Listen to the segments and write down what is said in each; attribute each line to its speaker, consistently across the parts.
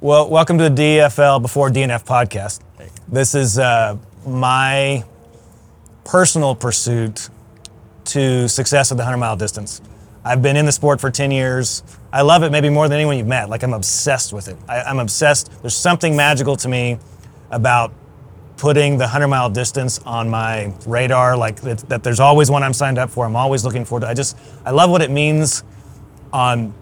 Speaker 1: Well, welcome to the DFL Before DNF podcast. This is uh, my personal pursuit to success at the 100 mile distance. I've been in the sport for 10 years. I love it maybe more than anyone you've met. Like, I'm obsessed with it. I, I'm obsessed. There's something magical to me about putting the 100 mile distance on my radar. Like, that, that there's always one I'm signed up for. I'm always looking forward to I just, I love what it means on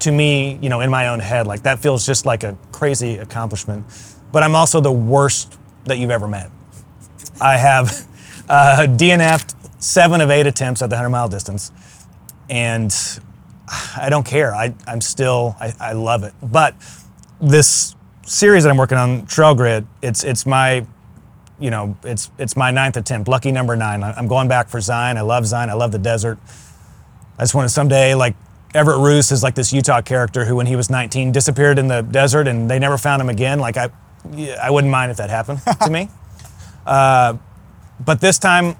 Speaker 1: to me, you know, in my own head, like that feels just like a crazy accomplishment. But I'm also the worst that you've ever met. I have uh, DNF'd seven of eight attempts at the 100 mile distance, and I don't care. I, I'm still, I, I love it. But this series that I'm working on, Trail Grid, it's, it's my, you know, it's, it's my ninth attempt, lucky number nine. I- I'm going back for Zion. I love Zion. I love the desert. I just want to someday like Everett Roos is like this Utah character who, when he was 19, disappeared in the desert and they never found him again. Like I, yeah, I wouldn't mind if that happened to me. Uh, but this time,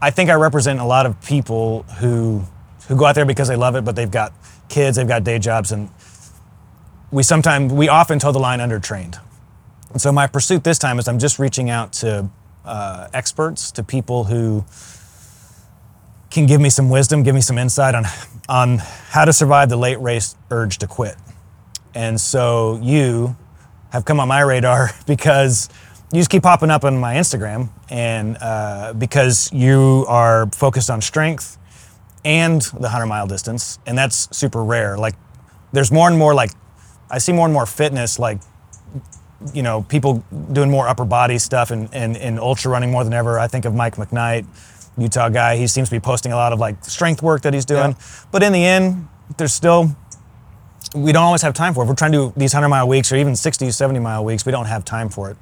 Speaker 1: I think I represent a lot of people who who go out there because they love it, but they've got kids, they've got day jobs, and we sometimes we often toe the line undertrained. And so my pursuit this time is I'm just reaching out to uh, experts, to people who can give me some wisdom, give me some insight on on how to survive the late race urge to quit. And so you have come on my radar because you just keep popping up on my Instagram, and uh, because you are focused on strength and the hundred mile distance, and that's super rare. Like, there's more and more like I see more and more fitness like you know, people doing more upper body stuff and, and, and ultra running more than ever. I think of Mike McKnight, Utah guy. He seems to be posting a lot of like strength work that he's doing. But in the end, there's still, we don't always have time for it. If we're trying to do these 100 mile weeks or even 60, 70 mile weeks, we don't have time for it.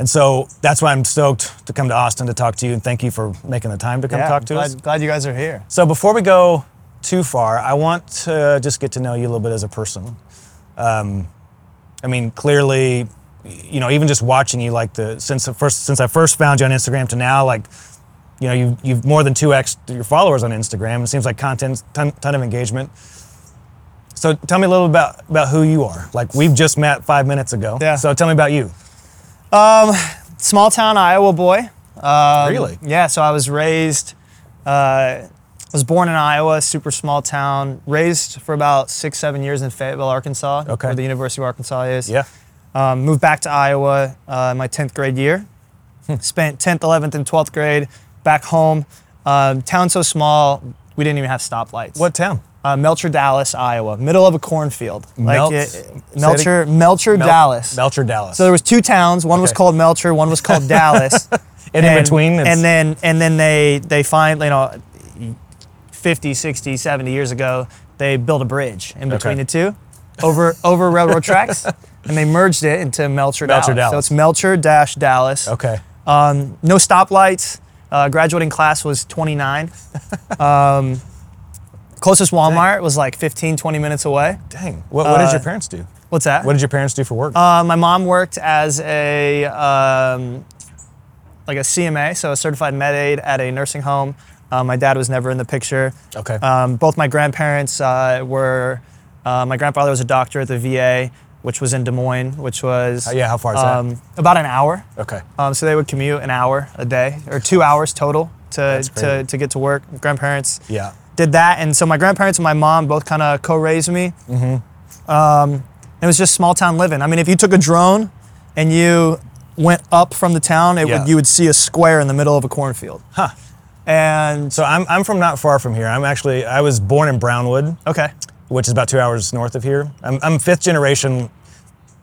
Speaker 1: And so that's why I'm stoked to come to Austin to talk to you and thank you for making the time to come
Speaker 2: Yeah,
Speaker 1: talk to
Speaker 2: glad,
Speaker 1: us.
Speaker 2: Glad you guys are here.
Speaker 1: So before we go too far, I want to just get to know you a little bit as a person. Um, I mean, clearly, you know, even just watching you, like the since the first since I first found you on Instagram to now, like, you know, you've you've more than two x your followers on Instagram. It seems like content ton, ton of engagement. So tell me a little about about who you are. Like we've just met five minutes ago.
Speaker 2: Yeah.
Speaker 1: So tell me about you.
Speaker 2: Um, Small town Iowa boy. Um,
Speaker 1: Really?
Speaker 2: Yeah. So I was raised. Uh, was born in Iowa, super small town. Raised for about six, seven years in Fayetteville, Arkansas,
Speaker 1: Okay.
Speaker 2: where the University of Arkansas is. Um, moved back to Iowa uh, in my 10th grade year. Spent 10th, 11th, and 12th grade back home. Um, town so small, we didn't even have stoplights.
Speaker 1: What town?
Speaker 2: Uh, Melcher, Dallas, Iowa. Middle of a cornfield.
Speaker 1: Melt-
Speaker 2: it-
Speaker 1: say it ag-
Speaker 2: Melcher, Melcher,
Speaker 1: Mel-
Speaker 2: Dallas.
Speaker 1: Belcher, Dallas.
Speaker 2: So there was two towns. One was
Speaker 1: Okay.
Speaker 2: called Melcher. One was called Dallas.
Speaker 1: And in between, it's-
Speaker 2: and then and then they they find you know 50, 60, 70 years ago they built a bridge in between
Speaker 1: Okay.
Speaker 2: the two over over railroad tracks, and they merged it into
Speaker 1: Melcher,
Speaker 2: Melcher, Dallas. So
Speaker 1: Dallas.
Speaker 2: it's Melcher dash Dallas.
Speaker 1: okay.
Speaker 2: Um, no stoplights. Uh, graduating class was 29. um, closest Walmart was like 15, 20 minutes away.
Speaker 1: Dang. What, what did
Speaker 2: Uh,
Speaker 1: your parents do?
Speaker 2: What's that?
Speaker 1: What did your parents do for work?
Speaker 2: Uh, my mom worked as a um, like a CMA, so a certified med aid at a nursing home. Uh, my dad was never in the picture.
Speaker 1: Okay.
Speaker 2: Um, both my grandparents uh, were. Uh, my grandfather was a doctor at the VA, which was in Des Moines, which was um,
Speaker 1: Uh, yeah, how far is that?
Speaker 2: About an hour.
Speaker 1: okay.
Speaker 2: Um, so they would commute an hour a day or two hours total to,
Speaker 1: crazy.
Speaker 2: to, to get to work. Grandparents
Speaker 1: Yeah.
Speaker 2: did that. And so my grandparents and my mom both kind of co raised me. Mm-hmm. Um, it was just small town living. I mean, if you took a drone and you went up from the town, it
Speaker 1: Yeah.
Speaker 2: would, you would see a square in the middle of a cornfield. Huh. And
Speaker 1: So I'm, I'm from not far from here. I'm actually I was born in Brownwood,
Speaker 2: okay.
Speaker 1: which is about two hours north of here. I'm, I'm fifth generation.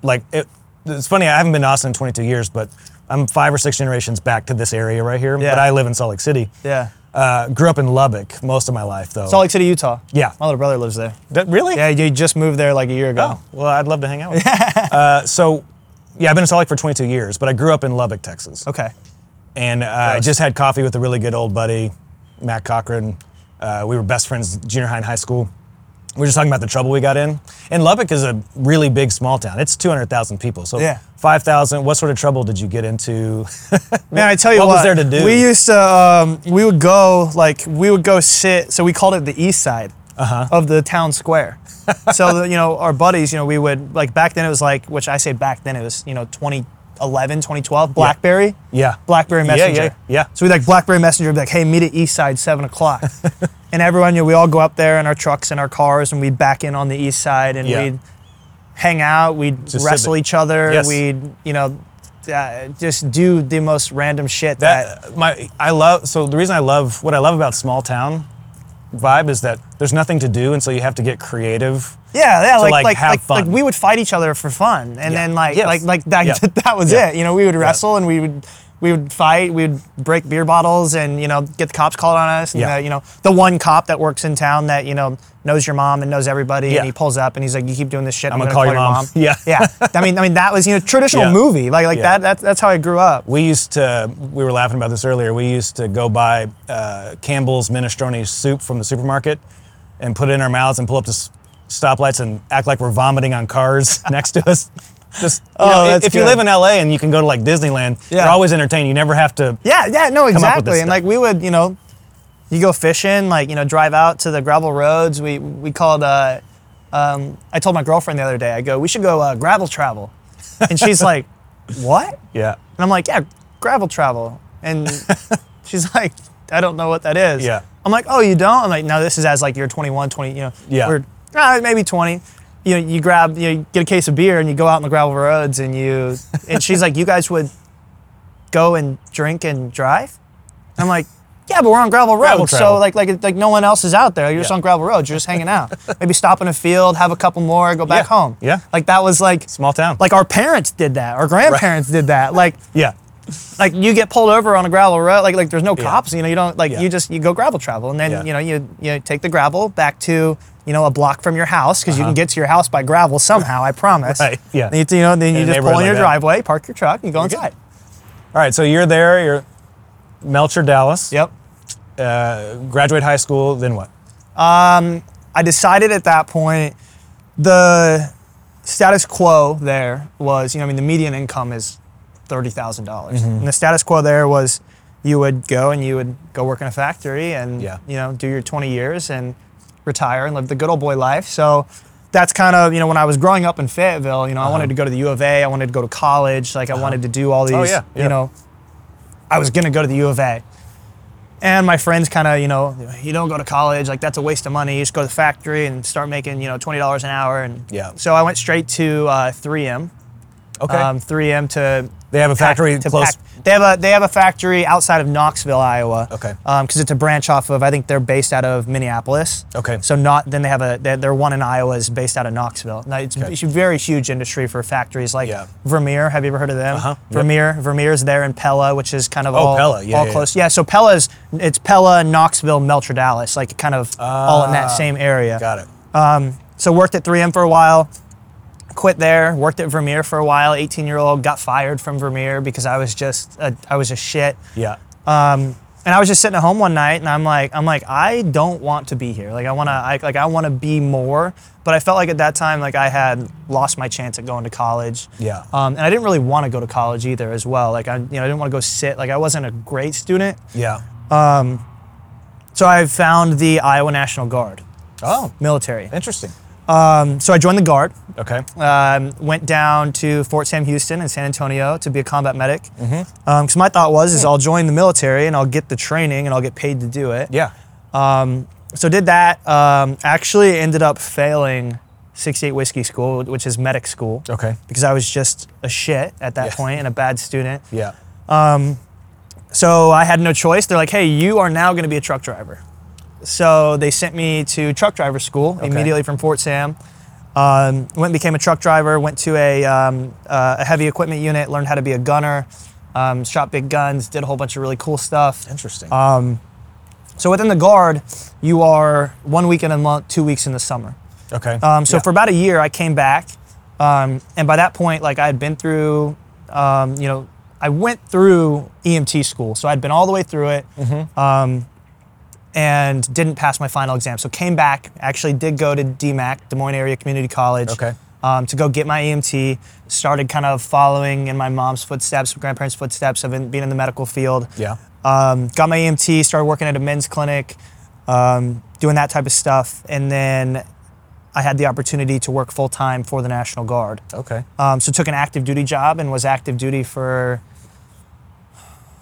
Speaker 1: Like it, it's funny I haven't been to Austin in 22 years, but I'm five or six generations back to this area right here.
Speaker 2: Yeah.
Speaker 1: But I live in Salt Lake City.
Speaker 2: Yeah.
Speaker 1: Uh, grew up in Lubbock most of my life though.
Speaker 2: Salt Lake City, Utah.
Speaker 1: Yeah.
Speaker 2: My little brother lives there.
Speaker 1: That- really?
Speaker 2: Yeah, he just moved there like a year ago.
Speaker 1: Oh, well, I'd love to hang out with you. uh, so, yeah, I've been in Salt Lake for 22 years, but I grew up in Lubbock, Texas.
Speaker 2: Okay.
Speaker 1: and uh, I just had coffee with a really good old buddy, Matt Cochran. Uh, we were best friends junior high and high school. We were just talking about the trouble we got in. And Lubbock is a really big small town. It's 200,000 people. So
Speaker 2: Yeah.
Speaker 1: 5,000, what sort of trouble did you get into?
Speaker 2: Man, I tell you
Speaker 1: What
Speaker 2: what,
Speaker 1: was there to do?
Speaker 2: We used to, um, we would go like we would go sit. So we called it the East Side.
Speaker 1: Uh-huh.
Speaker 2: of the town square. so, you know, our buddies, you know, we would, like, back then it was like, which I say back then it was, you know, 2011, 2012, Blackberry.
Speaker 1: Yeah.
Speaker 2: Blackberry
Speaker 1: Yeah, yeah,
Speaker 2: Messenger.
Speaker 1: yeah.
Speaker 2: So we like Blackberry Messenger, would be like, hey, meet at East Side, seven o'clock. and everyone, you know, we all go up there in our trucks and our cars, and we'd back in on the East Side, and
Speaker 1: Yeah.
Speaker 2: we'd hang out, we'd
Speaker 1: Just sit
Speaker 2: wrestle
Speaker 1: there.
Speaker 2: each other,
Speaker 1: Yes.
Speaker 2: we'd, you know, uh, just do the most random shit that
Speaker 1: that my I love so the reason I love what I love about small town vibe is that there's nothing to do and so you have to get creative.
Speaker 2: Yeah, yeah,
Speaker 1: to, like,
Speaker 2: like like like,
Speaker 1: have
Speaker 2: like
Speaker 1: fun.
Speaker 2: we would fight each other for fun, and
Speaker 1: Yeah.
Speaker 2: then like
Speaker 1: Yes.
Speaker 2: like like that
Speaker 1: Yeah.
Speaker 2: that was
Speaker 1: Yeah.
Speaker 2: it. You know, we would wrestle and we would we would fight, we would break beer bottles, and you know get the cops called on us. And
Speaker 1: Yeah.
Speaker 2: uh, you know the one cop that works in town that you know knows your mom and knows everybody,
Speaker 1: Yeah.
Speaker 2: and he pulls up and he's like, "You keep doing this shit, I'm,
Speaker 1: gonna call your mom."
Speaker 2: Yeah, yeah. I mean, I mean that was you know traditional
Speaker 1: Yeah.
Speaker 2: movie like like
Speaker 1: Yeah.
Speaker 2: that, that. That's how I grew up.
Speaker 1: We used to we were laughing about this earlier. We used to go buy uh, Campbell's minestrone soup from the supermarket and put it in our mouths and pull up to s- stoplights and act like we're vomiting on cars next to us. Just you know,
Speaker 2: Oh,
Speaker 1: i-
Speaker 2: that's
Speaker 1: if you live
Speaker 2: good.
Speaker 1: in LA and you can go to like Disneyland,
Speaker 2: Yeah.
Speaker 1: you're always entertained. You never have to
Speaker 2: Yeah, yeah, no,
Speaker 1: this
Speaker 2: exactly.
Speaker 1: stuff.
Speaker 2: And like we would, you know, you go fishing, like you know, drive out to the gravel roads. We we called. Uh, um, I told my girlfriend the other day. I go, we should go uh, gravel travel, and she's like, what? And
Speaker 1: Yeah.
Speaker 2: I'm like, yeah, gravel travel. And she's like, I don't know what that is.
Speaker 1: Yeah.
Speaker 2: I'm like, oh, you don't? I'm like, no, this is as like you're 21, 20, you know,
Speaker 1: Yeah.
Speaker 2: or uh, maybe 20. You know, you grab, you, know, you get a case of beer and you go out on the gravel roads and you, and she's like, you guys would go and drink and drive? I'm like, yeah, but we're on gravel roads,
Speaker 1: Gravel
Speaker 2: so
Speaker 1: travel.
Speaker 2: like like like no one else is out there. You're just
Speaker 1: Yeah.
Speaker 2: on gravel roads. You're just hanging out. Maybe stop in a field, have a couple more, go back
Speaker 1: Yeah,
Speaker 2: home.
Speaker 1: yeah.
Speaker 2: like that was like
Speaker 1: Small town.
Speaker 2: like our parents did that. Our grandparents did that. Like
Speaker 1: yeah.
Speaker 2: like you get pulled over on a gravel road, like like there's no cops, you know, you don't like
Speaker 1: Yeah.
Speaker 2: you just you go gravel travel, and then
Speaker 1: Yeah.
Speaker 2: you know you you take the gravel back to you know a block from your house because you can get to your house by gravel somehow, I promise.
Speaker 1: Uh-huh. Right, yeah.
Speaker 2: Then you, you know then
Speaker 1: In
Speaker 2: you
Speaker 1: a
Speaker 2: just pull
Speaker 1: neighborhood
Speaker 2: in
Speaker 1: like
Speaker 2: your
Speaker 1: that.
Speaker 2: driveway, park your truck, and go
Speaker 1: good.
Speaker 2: inside.
Speaker 1: All right, so you're there, you're Melcher Dallas.
Speaker 2: Yep.
Speaker 1: Graduate high school, then what?
Speaker 2: I decided at that point the status quo there was, you know, I mean, the median income is thirty dollars,
Speaker 1: Mm-hmm.
Speaker 2: and the status quo there was you would go and you would go work in a factory and
Speaker 1: Yeah.
Speaker 2: you know do your twenty years and retire and live the good old boy life. So that's kind of you know when I was growing up in Fayetteville, you know, I
Speaker 1: Uh-huh.
Speaker 2: wanted to go to the U of A, I wanted to go to college, like I wanted to do all these,
Speaker 1: Oh, yeah, yeah.
Speaker 2: you know, I was gonna go to the U of A. And my friends kind of, you know, you don't go to college, like that's a waste of money. You just go to the factory and start making, you know, twenty dollars an hour. And
Speaker 1: Yeah.
Speaker 2: so I went straight to uh, 3M,
Speaker 1: Okay.
Speaker 2: um, 3M to
Speaker 1: they have a
Speaker 2: pack-
Speaker 1: factory
Speaker 2: to
Speaker 1: close.
Speaker 2: pack- They have a they have a factory outside of Knoxville, Iowa.
Speaker 1: Okay.
Speaker 2: Because it's a branch off of I think they're based out of Minneapolis.
Speaker 1: Okay.
Speaker 2: So not then they have a they their one in Iowa is based out of Knoxville. Now it's,
Speaker 1: Okay.
Speaker 2: it's a very huge industry for factories like
Speaker 1: Yeah.
Speaker 2: Vermeer. Have you ever heard of them?
Speaker 1: Uh-huh. Yep. Oh,
Speaker 2: Vermeer Vermeer's there in Pella, which is kind of all
Speaker 1: Pella. Yeah,
Speaker 2: all
Speaker 1: yeah,
Speaker 2: close. Yeah. So Pella's it's Pella, Knoxville, Melcher, Dallas, like kind of all in that
Speaker 1: Ah,
Speaker 2: same area.
Speaker 1: Got it.
Speaker 2: So worked at 3M for a while, quit there, worked at Vermeer for a while, 18 year old, got fired from Vermeer because I was just a, I was a shit.
Speaker 1: Yeah.
Speaker 2: And I was just sitting at home one night and I'm like I'm like I don't want to be here. Like I want to I, like I want to be more, but I felt like at that time like I had lost my chance at going to college.
Speaker 1: Yeah.
Speaker 2: Um, and I didn't really want to go to college either as well. Like I you know I didn't want to go sit like I wasn't a great student.
Speaker 1: Yeah.
Speaker 2: So I found the Iowa National Guard
Speaker 1: Oh,
Speaker 2: military.
Speaker 1: interesting.
Speaker 2: So I joined the Guard.
Speaker 1: Okay.
Speaker 2: um, went down to Fort Sam Houston in San Antonio to be a combat medic. Because my thought was, is I'll join the military and I'll get the training and I'll get paid to do it.
Speaker 1: Yeah.
Speaker 2: So did that. Um, actually ended up failing 68 Whiskey School, which is medic school.
Speaker 1: Okay.
Speaker 2: Because I was just a shit at that
Speaker 1: Yeah.
Speaker 2: point and a bad student.
Speaker 1: Yeah.
Speaker 2: So I had no choice. They're like, hey, you are now going to be a truck driver. So they sent me to truck driver school immediately from Fort Sam. Um, went and became a truck driver, went to a, um, uh, a heavy equipment unit, learned how to be a gunner, um, shot big guns, did a whole bunch of really cool stuff.
Speaker 1: Interesting.
Speaker 2: Uh, So within the Guard, you are one week in a month, two weeks in the summer.
Speaker 1: okay.
Speaker 2: Um, so
Speaker 1: Yeah.
Speaker 2: for about a year, I came back, um, and by that point, like I had been through, um, you know, I went through EMT school, so I'd been all the way through it,
Speaker 1: Mm-hmm.
Speaker 2: um, and didn't pass my final exam. So came back, actually did go to DMAC, Des Moines Area Community College,
Speaker 1: Okay.
Speaker 2: um, to go get my EMT. Started kind of following in my mom's footsteps, grandparents' footsteps of in, being in the medical field.
Speaker 1: yeah.
Speaker 2: E Um, got my EMT, started working at a men's clinic, um, doing that type of stuff. And then I had the opportunity to work full time for the National Guard.
Speaker 1: Okay.
Speaker 2: Um, so took an active duty job and was active duty for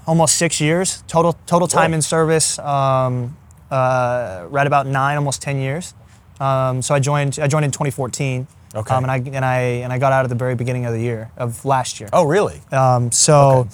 Speaker 2: almost six years total total time
Speaker 1: Whoa.
Speaker 2: in service. Um, uh, right about nine, almost ten years. Um, so I joined I joined in 2014.
Speaker 1: Okay.
Speaker 2: Um, and I and I and I got out at the very beginning of the year of last year.
Speaker 1: Oh, really?
Speaker 2: Um, so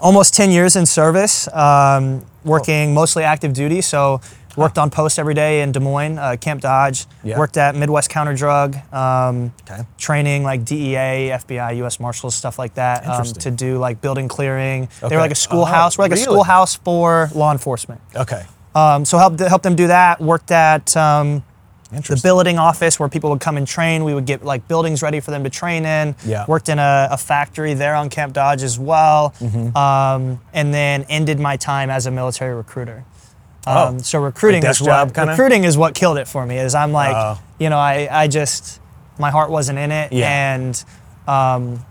Speaker 2: almost 10 years in service, um, working mostly active duty. So worked on post every day in Des Moines, uh, Camp Dodge.
Speaker 1: Yeah.
Speaker 2: Worked at Midwest Counter Drug, um,
Speaker 1: Okay.
Speaker 2: training like E DEA, FBI, U.S. Marshals, stuff like that um,
Speaker 1: Interesting.
Speaker 2: to do like building clearing. They
Speaker 1: Okay.
Speaker 2: were like a schoolhouse.
Speaker 1: Oh,
Speaker 2: we're like
Speaker 1: really?
Speaker 2: a schoolhouse for law enforcement.
Speaker 1: Okay.
Speaker 2: Um, so helped helped them do that. Worked at um, the
Speaker 1: Interesting.
Speaker 2: billeting office where people would come and train. We would get like buildings ready for them to train in.
Speaker 1: Yeah.
Speaker 2: Worked in a, a factory there on Camp Dodge as well.
Speaker 1: Mm-hmm.
Speaker 2: Um, and then ended my time as a military recruiter.
Speaker 1: Oh.
Speaker 2: Um, so recruiting
Speaker 1: Like
Speaker 2: is
Speaker 1: desk job
Speaker 2: what,
Speaker 1: kinda?
Speaker 2: recruiting is what killed it for me. Is I'm like,
Speaker 1: Oh.
Speaker 2: you know, I, I just my heart wasn't in it,
Speaker 1: Yeah.
Speaker 2: and um,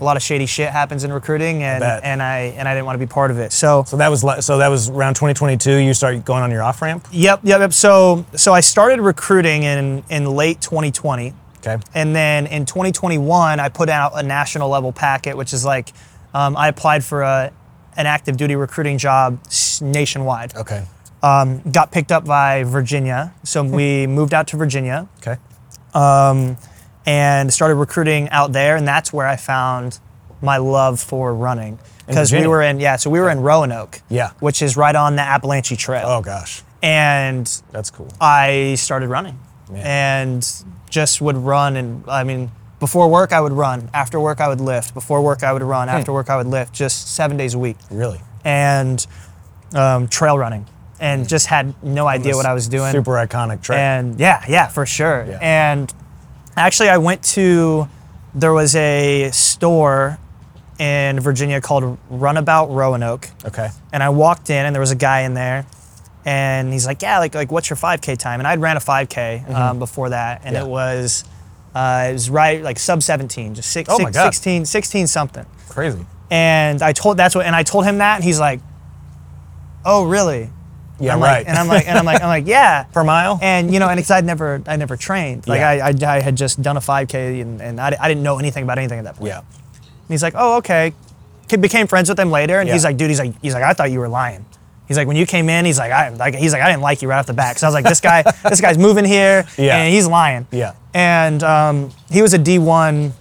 Speaker 2: a lot of shady shit happens in recruiting, and
Speaker 1: bet.
Speaker 2: and I and I didn't want to be part of it. So
Speaker 1: so that was la- so that was around 2022. You start going on your off ramp.
Speaker 2: Yep, yep, yep. So, so I started recruiting in in late 2020,
Speaker 1: Okay.
Speaker 2: and then in 2021, I put out a national level packet, which is like um, I applied for a an active duty recruiting job s- nationwide.
Speaker 1: Okay.
Speaker 2: Um, got picked up by Virginia, so
Speaker 1: Hmm.
Speaker 2: we moved out to Virginia
Speaker 1: Okay.
Speaker 2: and started recruiting out there, and that's where I found my love for running because we
Speaker 1: Virginia?
Speaker 2: were in yeah, so we were in Roanoke,
Speaker 1: Yeah.
Speaker 2: which is right on the Appalachian Trail,
Speaker 1: Oh gosh,
Speaker 2: and
Speaker 1: that's cool.
Speaker 2: I started running
Speaker 1: Man.
Speaker 2: and just would run. And I mean, before work, I would run. After work, I would lift. Before work, I would run.
Speaker 1: Hmm.
Speaker 2: After work, I would lift just seven days a week
Speaker 1: Really.
Speaker 2: and um, trail running and just had no idea what I was doing.
Speaker 1: Hmm. Super iconic track.
Speaker 2: And yeah, yeah, for sure.
Speaker 1: Yeah.
Speaker 2: And actually, I went to there was a store in Virginia called Runabout Roanoke
Speaker 1: okay.
Speaker 2: and I walked in and there was a guy in there and he's like, yeah, like, like what's your 5K time? And I'd ran a 5K um, before that and
Speaker 1: Mm-hmm. Yeah.
Speaker 2: it was, uh, it was right like sub 17, just six,
Speaker 1: Oh my
Speaker 2: six-
Speaker 1: God.
Speaker 2: 16, 16 something.
Speaker 1: Crazy.
Speaker 2: And I told, that's what, and I told him that and he's like, oh really?
Speaker 1: Yeah.
Speaker 2: I'm
Speaker 1: right.
Speaker 2: Like, and I'm like, and I'm like, I'm like, yeah.
Speaker 1: per mile.
Speaker 2: And you know, and because I'd never, I never trained. Like
Speaker 1: Yeah.
Speaker 2: I, I, I had just done a 5K and, and I, I didn't know anything about anything at that point.
Speaker 1: yeah.
Speaker 2: And he's like, oh, okay. He became friends with him later, and he's
Speaker 1: Yeah.
Speaker 2: like, dude, he's like, he's like, I thought you were lying. He's like, when you came in, he's like, I, like, he's like, I didn't like you right off the bat. Because I was like, this guy, this guy's moving here,
Speaker 1: Yeah.
Speaker 2: and he's lying.
Speaker 1: Yeah.
Speaker 2: And um, he was a D one,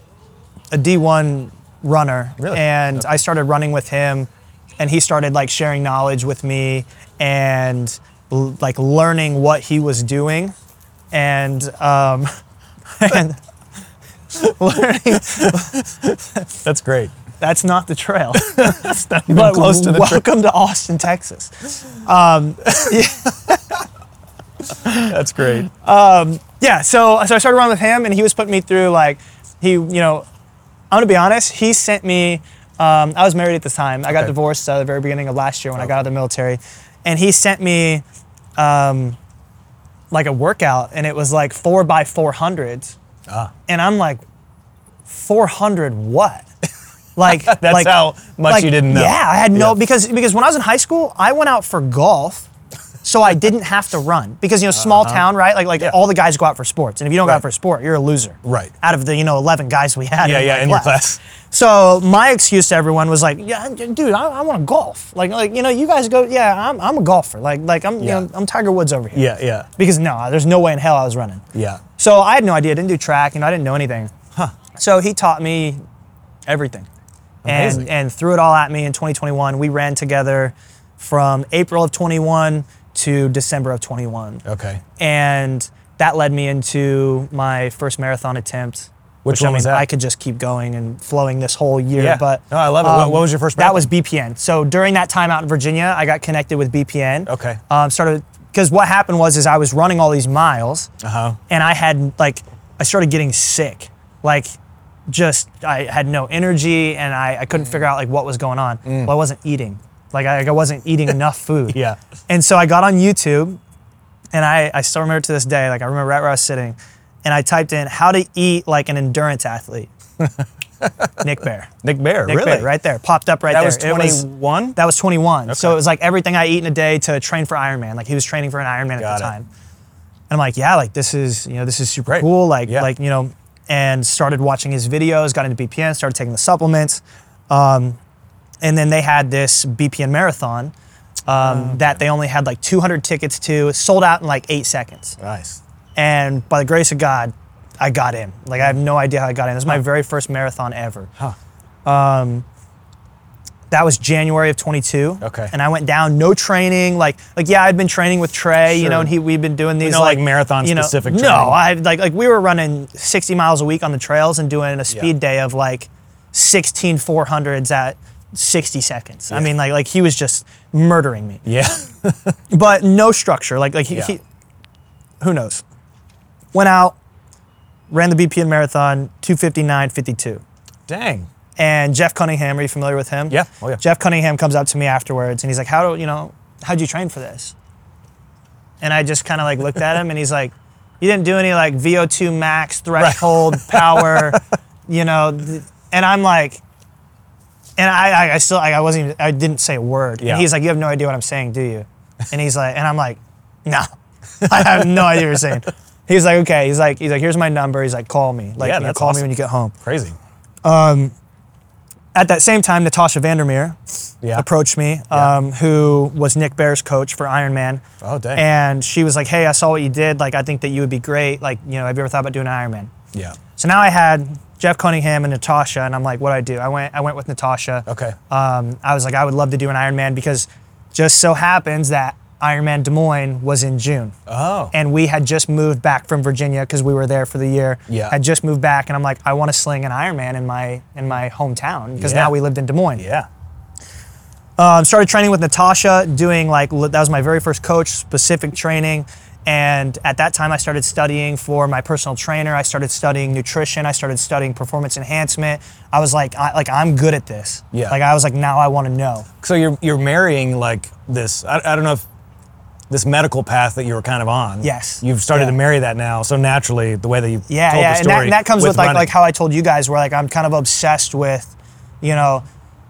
Speaker 2: a D one runner,
Speaker 1: Really?
Speaker 2: and I started running with him, and he started like sharing knowledge with me, and l- like learning what he was doing, and um, and learning
Speaker 1: That's great.
Speaker 2: that's not the trail.
Speaker 1: Even
Speaker 2: But
Speaker 1: close to the
Speaker 2: welcome
Speaker 1: track.
Speaker 2: to Austin, Texas.
Speaker 1: That's great.
Speaker 2: Uh, Yeah, so so I started running with him, and he was putting me through like he, you know, I'm gonna be honest. He sent me. Um, I was married at the time. I got
Speaker 1: Okay.
Speaker 2: divorced uh, the very beginning of last year when I
Speaker 1: Oh.
Speaker 2: got out of the military, and he sent me, um, like a workout, and it was like four by four hundreds,
Speaker 1: Ah.
Speaker 2: and I'm like, four hundred what? Like that's like,
Speaker 1: how much you didn't know.
Speaker 2: Yeah, I had no
Speaker 1: Yeah.
Speaker 2: because because when I was in high school, I went out for golf. So I didn't have to run because you know small town, right? Like like
Speaker 1: Uh-huh. Yeah.
Speaker 2: all the guys go out for sports, and if you don't go
Speaker 1: Right.
Speaker 2: out for a sport, you're a loser.
Speaker 1: Right.
Speaker 2: Out of the you know eleven guys we had.
Speaker 1: Yeah,
Speaker 2: in
Speaker 1: yeah,
Speaker 2: my
Speaker 1: in your class.
Speaker 2: So my excuse to everyone was like, yeah, dude, I, I want to golf. Like like you know you guys go, yeah, I'm, I'm a golfer. Like like I'm
Speaker 1: Yeah.
Speaker 2: you know, I'm Tiger Woods over here.
Speaker 1: Yeah. Yeah.
Speaker 2: Because no, there's no way in hell I was running.
Speaker 1: Yeah.
Speaker 2: So I had no idea. I didn't do track. You know, I didn't know anything. So he taught me everything,
Speaker 1: Amazing.
Speaker 2: and and threw it all at me in 2021. We ran together from April of 21 to December of 21,
Speaker 1: Okay.
Speaker 2: and that led me into my first marathon attempt.
Speaker 1: Which one
Speaker 2: I mean,
Speaker 1: was that?
Speaker 2: I could just keep going and flowing this whole year.
Speaker 1: Yeah.
Speaker 2: But um,
Speaker 1: No, I love it. What- what was your first
Speaker 2: That was BPN. So during that time out in Virginia, I got connected with BPN.
Speaker 1: Okay.
Speaker 2: Um, started because what happened was is I was running all these miles
Speaker 1: Uh huh.
Speaker 2: and I had like I started getting sick, like just I had no energy and I, I couldn't figure out like what was going on. Well, I wasn't eating, like I, like, I wasn't eating enough food.
Speaker 1: Mm. Yeah.
Speaker 2: And so I got on YouTube, and I I still remember to this day, like I remember right where I was sitting, and I typed in how to eat like an endurance athlete. Nick Bear.
Speaker 1: Nick Bear,
Speaker 2: Nick
Speaker 1: really?
Speaker 2: Bear, right there, popped up right
Speaker 1: That
Speaker 2: there.
Speaker 1: was
Speaker 2: It
Speaker 1: 21?
Speaker 2: that was 21. So
Speaker 1: Okay.
Speaker 2: it was like everything I eat in a day to train for Ironman. Like he was training for an Ironman
Speaker 1: Got
Speaker 2: at
Speaker 1: it.
Speaker 2: the time. And I'm like, yeah, like this is, you know, this is super
Speaker 1: Great.
Speaker 2: cool. Like,
Speaker 1: Yeah.
Speaker 2: like, you know, and started watching his videos, got into BPN, started taking the supplements. Um, and then they had this BPN marathon um,
Speaker 1: Oh,
Speaker 2: that they only had like 200 tickets to, sold out in like eight seconds
Speaker 1: Nice.
Speaker 2: and by the grace of God, I got in. Like I have no idea how I got in. This is my very first marathon ever.
Speaker 1: Huh.
Speaker 2: That was January of 22.
Speaker 1: Okay.
Speaker 2: And I went down, no training. Like, like yeah, I'd been training with Trey, you
Speaker 1: Sure.
Speaker 2: know, and he we've been doing these
Speaker 1: no, like, marathon-specific
Speaker 2: You know,
Speaker 1: training.
Speaker 2: No, I like like we were running 60 miles a week on the trails and doing a speed day of like 16 400s at 60 seconds. I mean, like like he was just murdering me
Speaker 1: Yeah.
Speaker 2: but no structure. Like like he,
Speaker 1: Yeah.
Speaker 2: he who knows? Went out, ran the BPN marathon, 259.52.
Speaker 1: Dang.
Speaker 2: And Jeff Cunningham, are you familiar with him?
Speaker 1: Yeah. Oh, yeah.
Speaker 2: Jeff Cunningham comes up to me afterwards and he's like, How do you know, how'd you train for this? And I just kind of like looked at him and he's like, You didn't do any like VO2 max, threshold, power, you know. th- And I'm like, and I, I, I still, I, I wasn't even, I didn't say a word.
Speaker 1: Yeah.
Speaker 2: And he's like, You have no idea what I'm saying, do you? And he's like, And I'm like, No, I have no idea what you're saying. He's like, Okay. He's like, He's like, Here's my number. He's like, Call me. Like,
Speaker 1: Yeah,
Speaker 2: you know,
Speaker 1: that's
Speaker 2: call me
Speaker 1: awesome.
Speaker 2: when you get home.
Speaker 1: Crazy.
Speaker 2: At that same time, Natasha Vandermeer,
Speaker 1: Yeah.
Speaker 2: approached me,
Speaker 1: Yeah.
Speaker 2: um, who was Nick Bear's coach for Ironman.
Speaker 1: Oh, dang.
Speaker 2: And she was like, "Hey, I saw what you did. Like, I think that you would be great. Like, you know, have you ever thought about doing Ironman?"
Speaker 1: yeah.
Speaker 2: So now I had Jeff Cunningham and Natasha, and I'm like, "What do I do?" I went, I went with Natasha.
Speaker 1: Okay.
Speaker 2: Um, I was like, "I would love to do an Ironman because just so happens that Ironman Des Moines was in June."
Speaker 1: Oh.
Speaker 2: and we had just moved back from Virginia because we were there for the year.
Speaker 1: Yeah.
Speaker 2: Had just moved back, and I'm like, I want to sling an Ironman in my in my hometown because
Speaker 1: Yeah.
Speaker 2: now we lived in Des Moines.
Speaker 1: yeah.
Speaker 2: Um, started training with Natasha, doing like li- that was my very first coach specific training. And at that time, I started studying for my personal trainer. I started studying nutrition. I started studying performance enhancement. I was like, I, like I'm good at this.
Speaker 1: Yeah.
Speaker 2: Like I was like, now I want to know.
Speaker 1: So you're you're marrying like this. I, I don't know if this medical path that you were kind of on.
Speaker 2: Yes.
Speaker 1: You've started
Speaker 2: Yeah.
Speaker 1: to marry that now. So naturally, the way that you
Speaker 2: Yeah,
Speaker 1: told
Speaker 2: yeah,
Speaker 1: the
Speaker 2: and that,
Speaker 1: story
Speaker 2: and that comes with, like
Speaker 1: running.
Speaker 2: like how I told you guys, where like I'm kind of obsessed with, you know,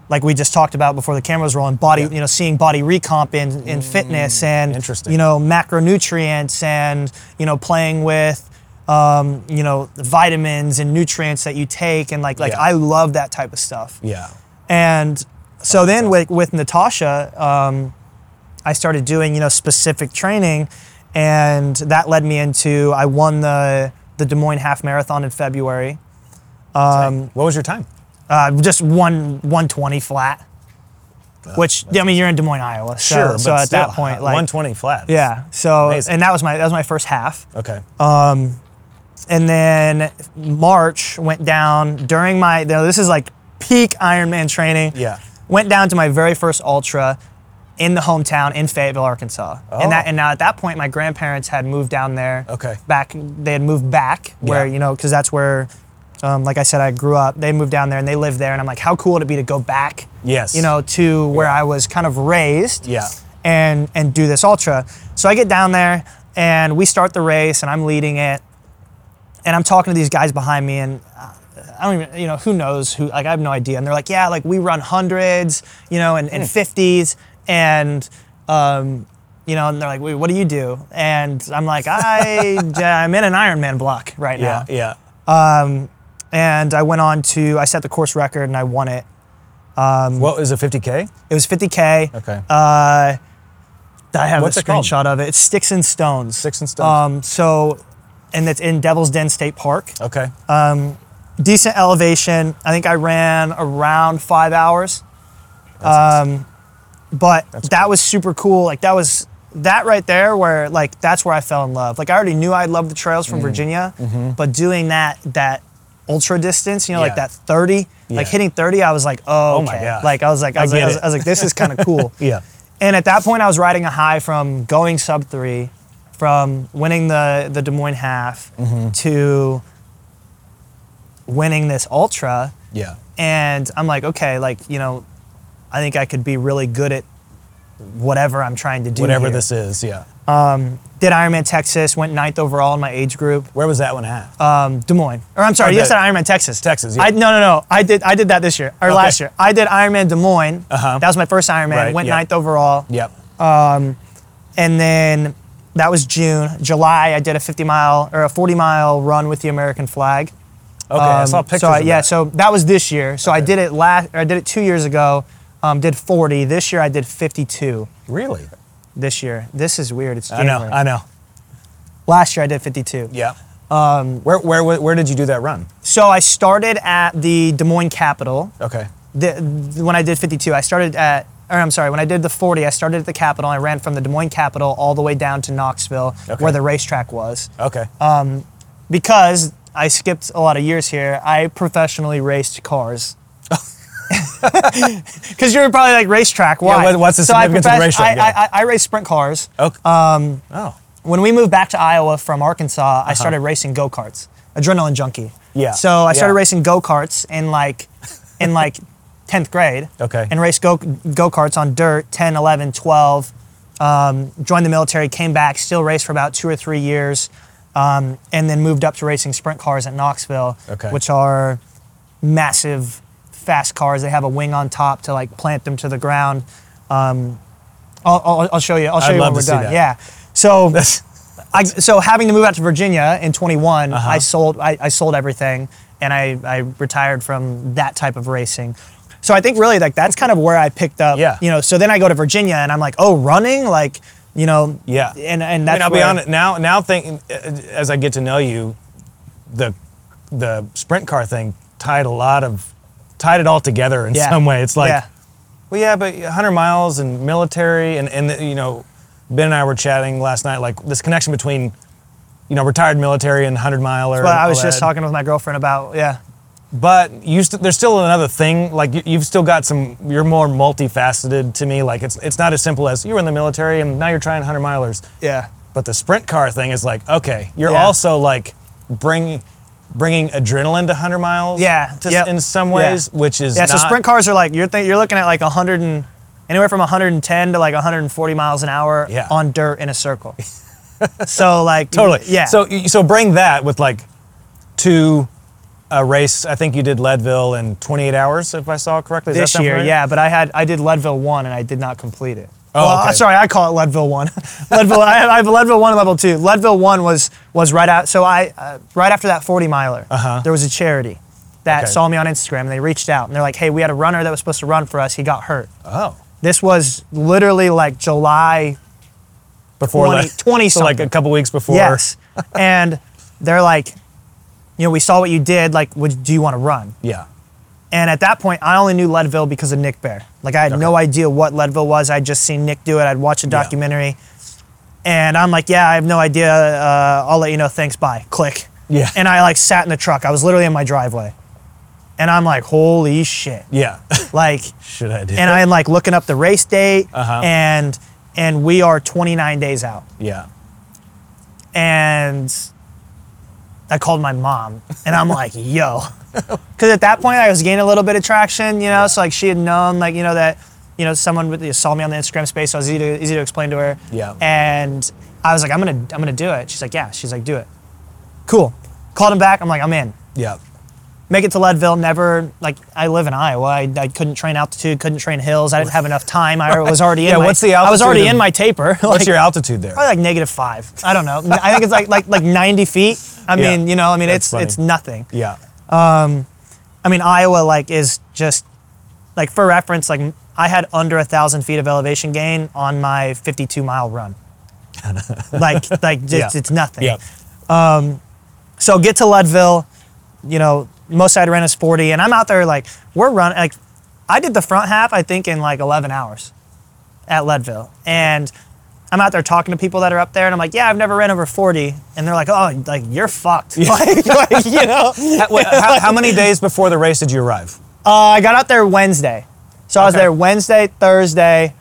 Speaker 2: like we just talked about before the camera was rolling, body,
Speaker 1: Yeah. Mm,
Speaker 2: you know, seeing body recomp in in fitness and
Speaker 1: interesting.
Speaker 2: you know macronutrients and you know playing with. Um, you know vitamins and nutrients that you take and like like
Speaker 1: Yeah.
Speaker 2: I love that type of stuff
Speaker 1: yeah.
Speaker 2: and so then with, with Natasha, um, I started doing you know specific training, and that led me into I won the the Des Moines Half Marathon in February, Um,
Speaker 1: what was your time?
Speaker 2: uh, just one one twenty flat, which I mean you're in Des Moines, Iowa, so,
Speaker 1: sure.
Speaker 2: so
Speaker 1: but
Speaker 2: at that
Speaker 1: still,
Speaker 2: point
Speaker 1: uh,
Speaker 2: like
Speaker 1: 120 flat.
Speaker 2: yeah, Um, so
Speaker 1: Amazing.
Speaker 2: and that was my that was my first half.
Speaker 1: Okay.
Speaker 2: and then March went down during my. Now this is like peak Ironman training.
Speaker 1: Yeah.
Speaker 2: Went down to my very first ultra in the hometown in Fayetteville, Arkansas. And that
Speaker 1: Oh.
Speaker 2: and now at that point my grandparents had moved down there.
Speaker 1: Okay.
Speaker 2: Back they had moved back where
Speaker 1: Yeah.
Speaker 2: you know because that's where. Um, like I said, I grew up. They moved down there and they lived there, and I'm like, how cool would it be to go back?
Speaker 1: Yes.
Speaker 2: You know, to where I was kind of raised
Speaker 1: Yeah.
Speaker 2: and and do this ultra. So I get down there and we start the race and I'm leading it and I'm talking to these guys behind me and uh, I don't even you know who knows who like I have no idea and they're like yeah like we run hundreds you know and
Speaker 1: Hmm.
Speaker 2: and fifties and um you know and they're like Wait, what do you do and I'm like I I'm in an Ironman block right
Speaker 1: Yeah.
Speaker 2: now
Speaker 1: Yeah.
Speaker 2: and I went on to I set the course record and I won it
Speaker 1: what is it? 50k?
Speaker 2: it was 50k
Speaker 1: Okay.
Speaker 2: Uh, I have
Speaker 1: What's
Speaker 2: a
Speaker 1: it called?
Speaker 2: screenshot of it. It's Sticks and Stones.
Speaker 1: Sticks and Stones.
Speaker 2: Um, so, and it's in Devil's Den State Park.
Speaker 1: okay.
Speaker 2: uh, Decent elevation. I think I ran around five hours. Um, but that was super cool. Like that was that right there where like that's where I fell in love. Like I already knew I loved the trails
Speaker 1: Mm.
Speaker 2: from Virginia, but doing that that ultra distance, you know,
Speaker 1: Mm-hmm. Yeah.
Speaker 2: like that 30, like
Speaker 1: Yeah.
Speaker 2: hitting 30, I was like, oh,
Speaker 1: Oh my
Speaker 2: okay.
Speaker 1: God.
Speaker 2: Like I was like, I
Speaker 1: I
Speaker 2: was, like,
Speaker 1: get
Speaker 2: I was,
Speaker 1: it.
Speaker 2: I was like, this is kind of cool.
Speaker 1: yeah.
Speaker 2: And at that point, I was riding a high from going sub three, from winning the the Des Moines half
Speaker 1: Mm-hmm.
Speaker 2: to winning this ultra.
Speaker 1: Yeah.
Speaker 2: And I'm like, okay, like you know, I think I could be really good at whatever I'm trying to do.
Speaker 1: Whatever
Speaker 2: here.
Speaker 1: this is. Yeah.
Speaker 2: Um, did Ironman Texas, went ninth overall in my age group.
Speaker 1: Where was that one at?
Speaker 2: Um, Des Moines, or I'm sorry,
Speaker 1: Oh,
Speaker 2: yes,
Speaker 1: the-
Speaker 2: at Ironman Texas.
Speaker 1: Texas, yeah.
Speaker 2: I, no, no, no. I did. I did that this year or
Speaker 1: Okay.
Speaker 2: last year. I did Ironman Des Moines.
Speaker 1: Uh-huh.
Speaker 2: That was my first Ironman.
Speaker 1: Right,
Speaker 2: went
Speaker 1: yeah.
Speaker 2: ninth overall,
Speaker 1: yep.
Speaker 2: and then that was June. July, I did a 50 mile or a 40 mile run with the American flag.
Speaker 1: Okay, I saw
Speaker 2: Um,
Speaker 1: pictures.
Speaker 2: So I-
Speaker 1: of
Speaker 2: yeah,
Speaker 1: that.
Speaker 2: so that was this year. So I did it last. Or I did it two years ago. Um, did 40. This year I did 52.
Speaker 1: really.
Speaker 2: This year. This is weird. It's
Speaker 1: I
Speaker 2: January.
Speaker 1: know. I know.
Speaker 2: last year I did 52.
Speaker 1: Yeah. Um, where where wa- where did you do that run?
Speaker 2: So I started at the Des Moines Capitol.
Speaker 1: Okay.
Speaker 2: The, when I did 52, I started at. Or I'm sorry. When I did the 40, I started at the Capitol. I ran from the Des Moines Capitol all the way down to Knoxville,
Speaker 1: Okay.
Speaker 2: where the racetrack was.
Speaker 1: Okay.
Speaker 2: because I skipped a lot of years here, I professionally raced cars. Because you're probably like racetrack. Why?
Speaker 1: what- what's the significance of
Speaker 2: I,
Speaker 1: racetrack?
Speaker 2: I,
Speaker 1: Yeah.
Speaker 2: I, I race sprint cars.
Speaker 1: okay. Um, oh.
Speaker 2: When we moved back to Iowa from Arkansas, I started racing go karts. Adrenaline junkie.
Speaker 1: Uh-huh. Yeah,
Speaker 2: So I started
Speaker 1: yeah.
Speaker 2: racing go karts in like, in like, tenth grade.
Speaker 1: Okay.
Speaker 2: And raced go go karts on dirt 10, 11, 12. Um, joined the military, came back, still raced for about two or three years, um, and then moved up to racing sprint cars at Knoxville,
Speaker 1: Okay.
Speaker 2: which are massive, fast cars. They have a wing on top to like plant them to the ground. Um, I'll, I'll, I'll show you. I'll show
Speaker 1: I'd
Speaker 2: you
Speaker 1: love
Speaker 2: when we're
Speaker 1: to see
Speaker 2: done.
Speaker 1: that.
Speaker 2: Yeah. So, I, so having to move out to Virginia in 21,
Speaker 1: Uh-huh.
Speaker 2: I sold I, I sold everything, and I, I retired from that type of racing. So I think really like that's kind of where I picked up.
Speaker 1: Yeah.
Speaker 2: You know. So then I go to Virginia, and I'm like, oh, running, like, you know.
Speaker 1: Yeah.
Speaker 2: And and
Speaker 1: I
Speaker 2: that's
Speaker 1: mean, I'll be
Speaker 2: where-
Speaker 1: honest. Now, now, think as I get to know you, the the sprint car thing tied a lot of tied it all together in
Speaker 2: Yeah.
Speaker 1: some way. It's like,
Speaker 2: Yeah.
Speaker 1: well, yeah, but 100 miles and military, and and you know, Ben and I were chatting last night, like this connection between, you know, retired military and 100 miler.
Speaker 2: But
Speaker 1: and
Speaker 2: I
Speaker 1: all
Speaker 2: was just
Speaker 1: that.
Speaker 2: talking with my girlfriend about yeah.
Speaker 1: But you st- there's still another thing. Like you, you've still got some. You're more multifaceted to me. Like it's it's not as simple as you were in the military and now you're trying 100 milers.
Speaker 2: Yeah.
Speaker 1: But the sprint car thing is like, okay, you're
Speaker 2: Yeah.
Speaker 1: also like bringing bringing adrenaline to 100 miles.
Speaker 2: Yeah,
Speaker 1: to,
Speaker 2: yep.
Speaker 1: In some
Speaker 2: Yeah.
Speaker 1: ways, which is
Speaker 2: Yeah, so
Speaker 1: not-
Speaker 2: sprint cars are like you're think you're looking at like 100 and anywhere from 110 to like 140 miles an hour
Speaker 1: Yeah.
Speaker 2: on dirt in a circle. so like
Speaker 1: Totally.
Speaker 2: yeah.
Speaker 1: So y- so bring that with like two a race. I think you did Leadville in 28 hours, if I saw correctly. Does that
Speaker 2: this
Speaker 1: sound
Speaker 2: year,
Speaker 1: familiar?
Speaker 2: yeah, but I had I did Leadville one and I did not complete it.
Speaker 1: Oh,
Speaker 2: well,
Speaker 1: okay.
Speaker 2: I- sorry, I call it Leadville one. Leadville, I, have, I have Leadville one, and level two. Leadville one was was right out. So I uh, right after that 40 miler,
Speaker 1: Uh-huh.
Speaker 2: there was a charity that
Speaker 1: Okay.
Speaker 2: saw me on Instagram and they reached out and they're like, hey, we had a runner that was supposed to run for us. He got hurt.
Speaker 1: Oh,
Speaker 2: This was literally like July
Speaker 1: before
Speaker 2: 20
Speaker 1: that.
Speaker 2: 20
Speaker 1: so like a
Speaker 2: something.
Speaker 1: couple weeks before.
Speaker 2: Yes. and they're like, you know, we saw what you did. Like, would, do you want to run?
Speaker 1: Yeah.
Speaker 2: And at that point, I only knew Leadville because of Nick Bear. Like, I had no idea what Leadville was. I'd just seen Nick do it. I'd watched a documentary. And I'm like, yeah, I have no idea. Uh, I'll let you know. Thanks. Bye. Click.
Speaker 1: Yeah.
Speaker 2: And I like sat in the truck. I was literally in my driveway. And I'm like, holy shit.
Speaker 1: Yeah.
Speaker 2: Like,
Speaker 1: Should I do?
Speaker 2: and I'm like looking up the race date.
Speaker 1: Uh-huh.
Speaker 2: And and we are 29 days out.
Speaker 1: yeah.
Speaker 2: and I called my mom, and I'm like, "Yo," because at that point I was gaining a little bit of traction, you know. So like she had known, like you know that, you know, someone with, saw me on the Instagram space, so it was easy to, easy to explain to her.
Speaker 1: Yeah.
Speaker 2: And I was like, "I'm gonna I'm gonna do it." She's like, "Yeah." She's like, "Do it." Cool. Called him back. I'm like, "I'm in."
Speaker 1: Yeah.
Speaker 2: Make it to Leadville. Never like I live in Iowa. I, I couldn't train altitude, couldn't train hills. I didn't have enough time. I was already in.
Speaker 1: Yeah,
Speaker 2: my-
Speaker 1: what's the
Speaker 2: I was already
Speaker 1: altitude of-
Speaker 2: in my taper.
Speaker 1: What's
Speaker 2: Like-
Speaker 1: your altitude there?
Speaker 2: probably like negative five. I don't know. I think it's like like like ninety feet. I
Speaker 1: Yeah.
Speaker 2: mean, you know, I mean,
Speaker 1: That's
Speaker 2: it's
Speaker 1: funny.
Speaker 2: it's nothing.
Speaker 1: Yeah.
Speaker 2: I mean, Iowa like is just like for reference, like I had under a thousand feet of elevation gain on my fifty-two mile run. like like just
Speaker 1: Yeah.
Speaker 2: it's nothing.
Speaker 1: Yeah.
Speaker 2: So get to Leadville, you know, most I'd ran is forty, and I'm out there like we're running like I did the front half I think in like eleven hours at Leadville, and I'm out there talking to people that are up there, and I'm like, yeah, I've never ran over forty, and they're like, oh, like you're fucked, like, like, you know.
Speaker 1: How, wait, how, how many days before the race did you arrive?
Speaker 2: Uh, I got out there Wednesday, so I was
Speaker 1: Okay.
Speaker 2: there Wednesday, Thursday,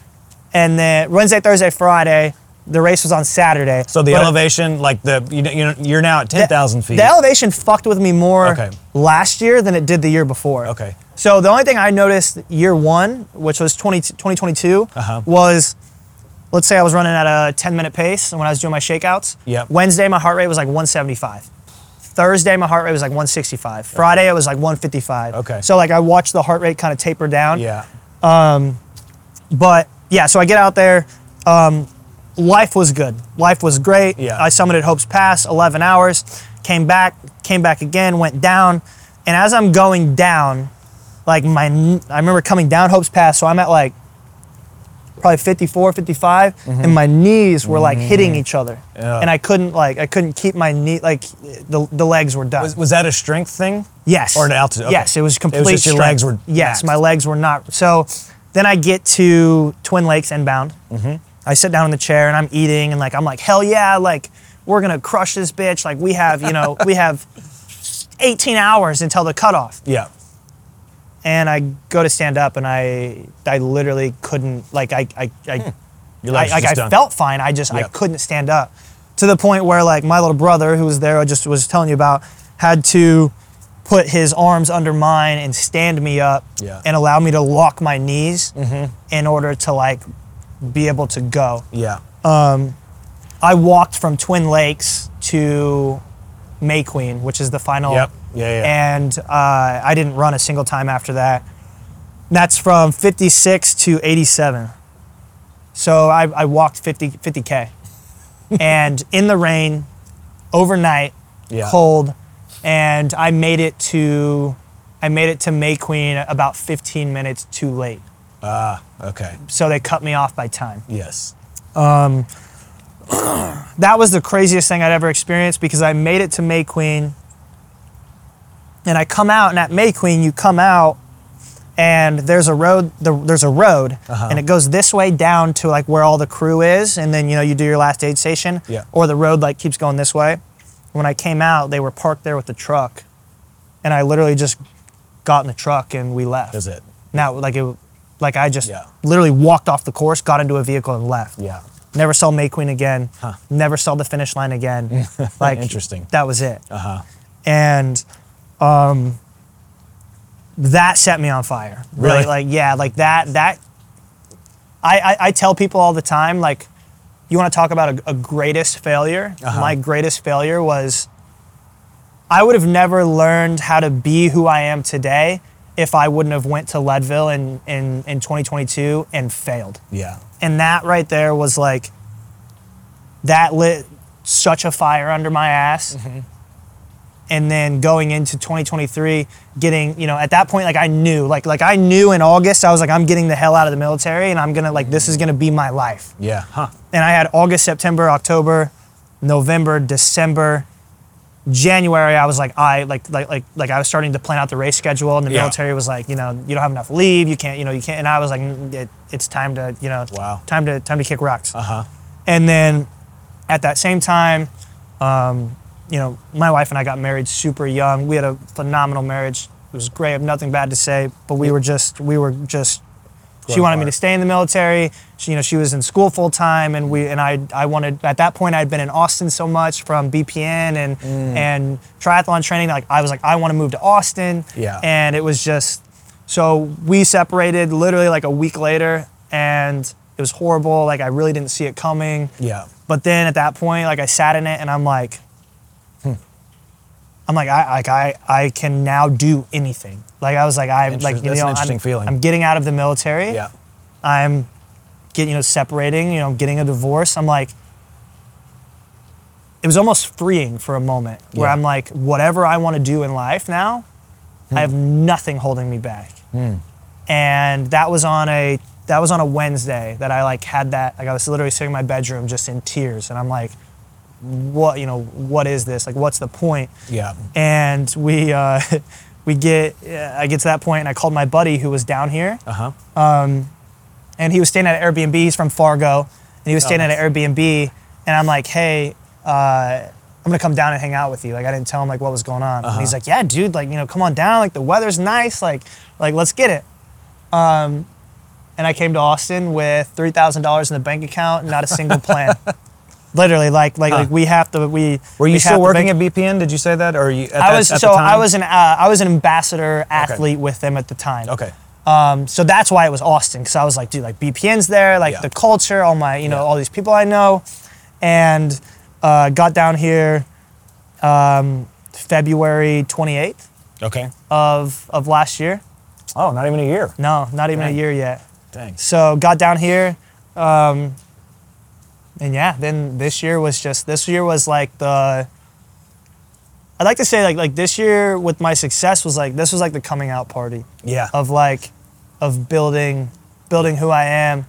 Speaker 2: and then Wednesday, Thursday, Friday. The race was on Saturday.
Speaker 1: So the
Speaker 2: But-
Speaker 1: elevation, like the you know, you know you're now at ten
Speaker 2: The-
Speaker 1: thousand feet.
Speaker 2: The elevation fucked with me more
Speaker 1: Okay.
Speaker 2: last year than it did the year before.
Speaker 1: Okay.
Speaker 2: So the only thing I noticed year one, which was 20, 2022,
Speaker 1: Uh-huh.
Speaker 2: was let's say I was running at a 10 minute pace when I was doing my shakeouts.
Speaker 1: Yep.
Speaker 2: Wednesday, my heart rate was like 175. Thursday, my heart rate was like 165. Friday, it was like 155.
Speaker 1: Okay.
Speaker 2: So like I watched the heart rate kind of taper down.
Speaker 1: Yeah.
Speaker 2: But yeah, so I get out there. Um, life was good. Life was great.
Speaker 1: Yeah.
Speaker 2: I summited Hope's Pass, 11 hours. Came back, came back again, went down. And as I'm going down, like my, kn- I remember coming down Hope's Pass, so I'm at like probably 54, 55, and my knees were like hitting each other.
Speaker 1: Mm-hmm. Yeah.
Speaker 2: And I couldn't like, I couldn't keep my knee, like the, the legs were done.
Speaker 1: Was, was that a strength thing?
Speaker 2: Yes.
Speaker 1: Or an altitude, okay.
Speaker 2: Yes, it was complete.
Speaker 1: just your
Speaker 2: strength.
Speaker 1: legs were
Speaker 2: Yes,
Speaker 1: maxed.
Speaker 2: my legs were not. So then I get to Twin Lakes inbound. Mm-hmm. I sit down in the chair and I'm eating and like I'm like hell yeah like we're gonna crush this bitch like we have you know we have 18 hours until the cutoff
Speaker 1: Yeah.
Speaker 2: and I go to stand up and I I literally couldn't like I I, I
Speaker 1: Hmm. Your legs were
Speaker 2: I, like
Speaker 1: just
Speaker 2: I
Speaker 1: done.
Speaker 2: felt fine. I just I
Speaker 1: Yeah.
Speaker 2: couldn't stand up to the point where like my little brother who was there, I just was telling you about, had to put his arms under mine and stand me up
Speaker 1: Yeah. Mm-hmm.
Speaker 2: and allow me to lock my knees in order to like be able to go.
Speaker 1: Yeah.
Speaker 2: I walked from Twin Lakes to May Queen, which is the final.
Speaker 1: Yep. Yeah, yeah.
Speaker 2: And uh, I didn't run a single time after that. And That's from 56 to 87. So I, I walked 50, 50K. and in the rain, overnight,
Speaker 1: Yeah.
Speaker 2: cold, and I made it to I made it to May Queen about 15 minutes too late.
Speaker 1: Okay.
Speaker 2: So they cut me off by time
Speaker 1: Yes.
Speaker 2: that was the craziest thing I'd ever experienced because I made it to May Queen. And I come out, and at May Queen, you come out, and there's a road. The, there's a road,
Speaker 1: Uh-huh.
Speaker 2: and it goes this way down to like where all the crew is, and then you know you do your last aid station.
Speaker 1: Yeah.
Speaker 2: Or the road like keeps going this way. When I came out, they were parked there with the truck, and I literally just got in the truck and we left.
Speaker 1: Is it?
Speaker 2: Now, like it, like I just
Speaker 1: Yeah.
Speaker 2: literally walked off the course, got into a vehicle, and left.
Speaker 1: Yeah.
Speaker 2: Never saw May Queen again.
Speaker 1: Huh.
Speaker 2: Never saw the finish line again. like
Speaker 1: Interesting.
Speaker 2: That was it.
Speaker 1: Uh huh.
Speaker 2: And um, that set me on fire.
Speaker 1: Really?
Speaker 2: Like, like yeah, like that that I, I, I tell people all the time, like, you want to talk about a, a greatest failure?
Speaker 1: Uh-huh.
Speaker 2: My greatest failure was I would have never learned how to be who I am today if I wouldn't have went to Leadville in, in, in 2022 and failed
Speaker 1: Yeah.
Speaker 2: and that right there was like that lit such a fire under my ass and then going into 2023 getting you know at that point like i knew like like i knew in august i was like i'm getting the hell out of the military and i'm gonna like this is gonna be my life
Speaker 1: Yeah. Huh.
Speaker 2: and I had August, September, October, November, December, January. I was like, I like like like like I was starting to plan out the race schedule, and the
Speaker 1: Yeah.
Speaker 2: military was like, you know, you don't have enough leave, you can't, you know, you can't. And I was like, "Mm, it, it's time to, you know,
Speaker 1: Wow.
Speaker 2: time to time to kick rocks.
Speaker 1: Uh huh.
Speaker 2: And then at that same time, um, you know, my wife and I got married super young. We had a phenomenal marriage. It was great. I have nothing bad to say, but we were just, we were just, she
Speaker 1: Growing
Speaker 2: wanted me
Speaker 1: apart.
Speaker 2: to stay in the military. She, you know, she was in school full time and we, and I, I wanted, at that point I'd been in Austin so much from BPN and,
Speaker 1: Mm.
Speaker 2: and triathlon training. Like I was like, I want to move to Austin.
Speaker 1: Yeah.
Speaker 2: And it was just, so we separated literally like a week later and it was horrible. Like I really didn't see it coming.
Speaker 1: Yeah.
Speaker 2: But then at that point, like I sat in it and I'm like,
Speaker 1: Hmm.
Speaker 2: I'm like, I like I I can now do anything. Like I was like, I
Speaker 1: Interest-
Speaker 2: like you
Speaker 1: that's
Speaker 2: know,
Speaker 1: an interesting
Speaker 2: I'm,
Speaker 1: feeling.
Speaker 2: I'm getting out of the military.
Speaker 1: Yeah.
Speaker 2: I'm getting you know separating. You know, getting a divorce. I'm like, it was almost freeing for a moment where
Speaker 1: Yeah.
Speaker 2: I'm like, whatever I want to do in life now, I have nothing holding me back. And that was on a that was on a Wednesday that I like had that like I was literally sitting in my bedroom just in tears and I'm like, what you know what is this like what's the point?
Speaker 1: Yeah.
Speaker 2: And we uh, we get uh, I get to that point and I called my buddy who was down here
Speaker 1: Uh huh.
Speaker 2: and he was staying at an Airbnb. He's from Fargo, and he
Speaker 1: Oh,
Speaker 2: was staying at an Airbnb. And I'm like, hey, uh, I'm gonna come down and hang out with you. Like I didn't tell him like what was going on. And he's
Speaker 1: Uh-huh.
Speaker 2: like, yeah, dude, like you know, come on down. Like the weather's nice. Like like let's get it. Um, and I came to Austin with three thousand dollars in the bank account, and not a single plan. Literally, like like, like we have to we.
Speaker 1: Were you
Speaker 2: we have
Speaker 1: still
Speaker 2: to
Speaker 1: working
Speaker 2: bank-
Speaker 1: at BPN? Did you say that, or you? At
Speaker 2: I
Speaker 1: that-
Speaker 2: was
Speaker 1: at the
Speaker 2: so I
Speaker 1: time?
Speaker 2: was an uh, I was an ambassador athlete with them at the time.
Speaker 1: Okay.
Speaker 2: Um, so that's why it was Austin because I was like, dude, like BPN's there, like
Speaker 1: Yeah.
Speaker 2: the culture, all my, you know, all these people I know, and uh, got down here um, February 28th
Speaker 1: Okay.
Speaker 2: of of last year.
Speaker 1: Oh, not even a year.
Speaker 2: No, not even
Speaker 1: Dang.
Speaker 2: a year yet.
Speaker 1: Dang.
Speaker 2: So got down here, um, and yeah, then this year was just this year was like the. I'd like to say like like this year with my success was like this was like the coming out party
Speaker 1: Yeah.
Speaker 2: of like of building building who I am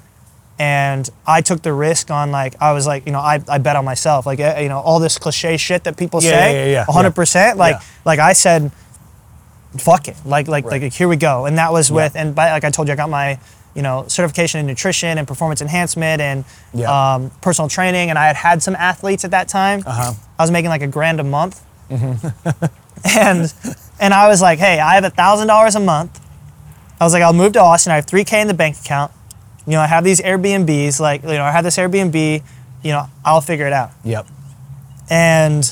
Speaker 2: and I took the risk on like I was like you know I, I bet on myself like eh, you know all this cliche shit that people
Speaker 1: Yeah, yeah, yeah,
Speaker 2: say
Speaker 1: yeah, yeah.
Speaker 2: 100% like
Speaker 1: Yeah.
Speaker 2: like I said fuck it like like
Speaker 1: Right.
Speaker 2: like here we go and that was
Speaker 1: Yeah.
Speaker 2: with and by, like I told you I got my you know certification in nutrition and performance enhancement and
Speaker 1: Yeah.
Speaker 2: um, personal training and I had had some athletes at that time
Speaker 1: Uh-huh.
Speaker 2: I was making like a grand a month
Speaker 1: Mm-hmm.
Speaker 2: and and I was like, hey, I have a thousand dollars a month. I was like, I'll move to Austin. I have three K in the bank account. You know, I have these Airbnbs. Like, you know, I have this Airbnb. You know, I'll figure it out.
Speaker 1: Yep.
Speaker 2: And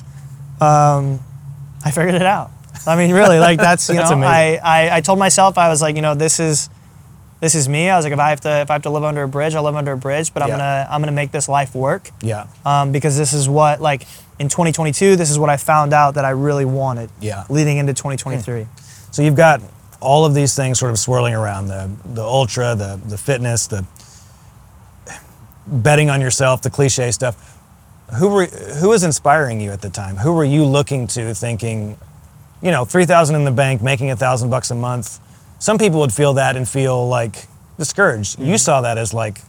Speaker 2: um, I figured it out. I mean, really, like that's you
Speaker 1: That's
Speaker 2: know, I,
Speaker 1: amazing.
Speaker 2: I I told myself I was like, you know, this is this is me. I was like, if I have to if I have to live under a bridge, I'll live under a bridge. But I'm
Speaker 1: Yeah.
Speaker 2: gonna I'm gonna make this life work
Speaker 1: Yeah.
Speaker 2: um, because this is what like in 2022 this is what i found out that i really wanted
Speaker 1: Yeah.
Speaker 2: leading into 2023
Speaker 1: So you've got all of these things sort of swirling around the the ultra, the the fitness, the betting on yourself, the cliche stuff. Who were who was inspiring you at the time? Who were you looking to thinking, you know, 3000 in the bank, making a 1000 bucks a month. Some people would feel that and feel like discouraged. You saw that as like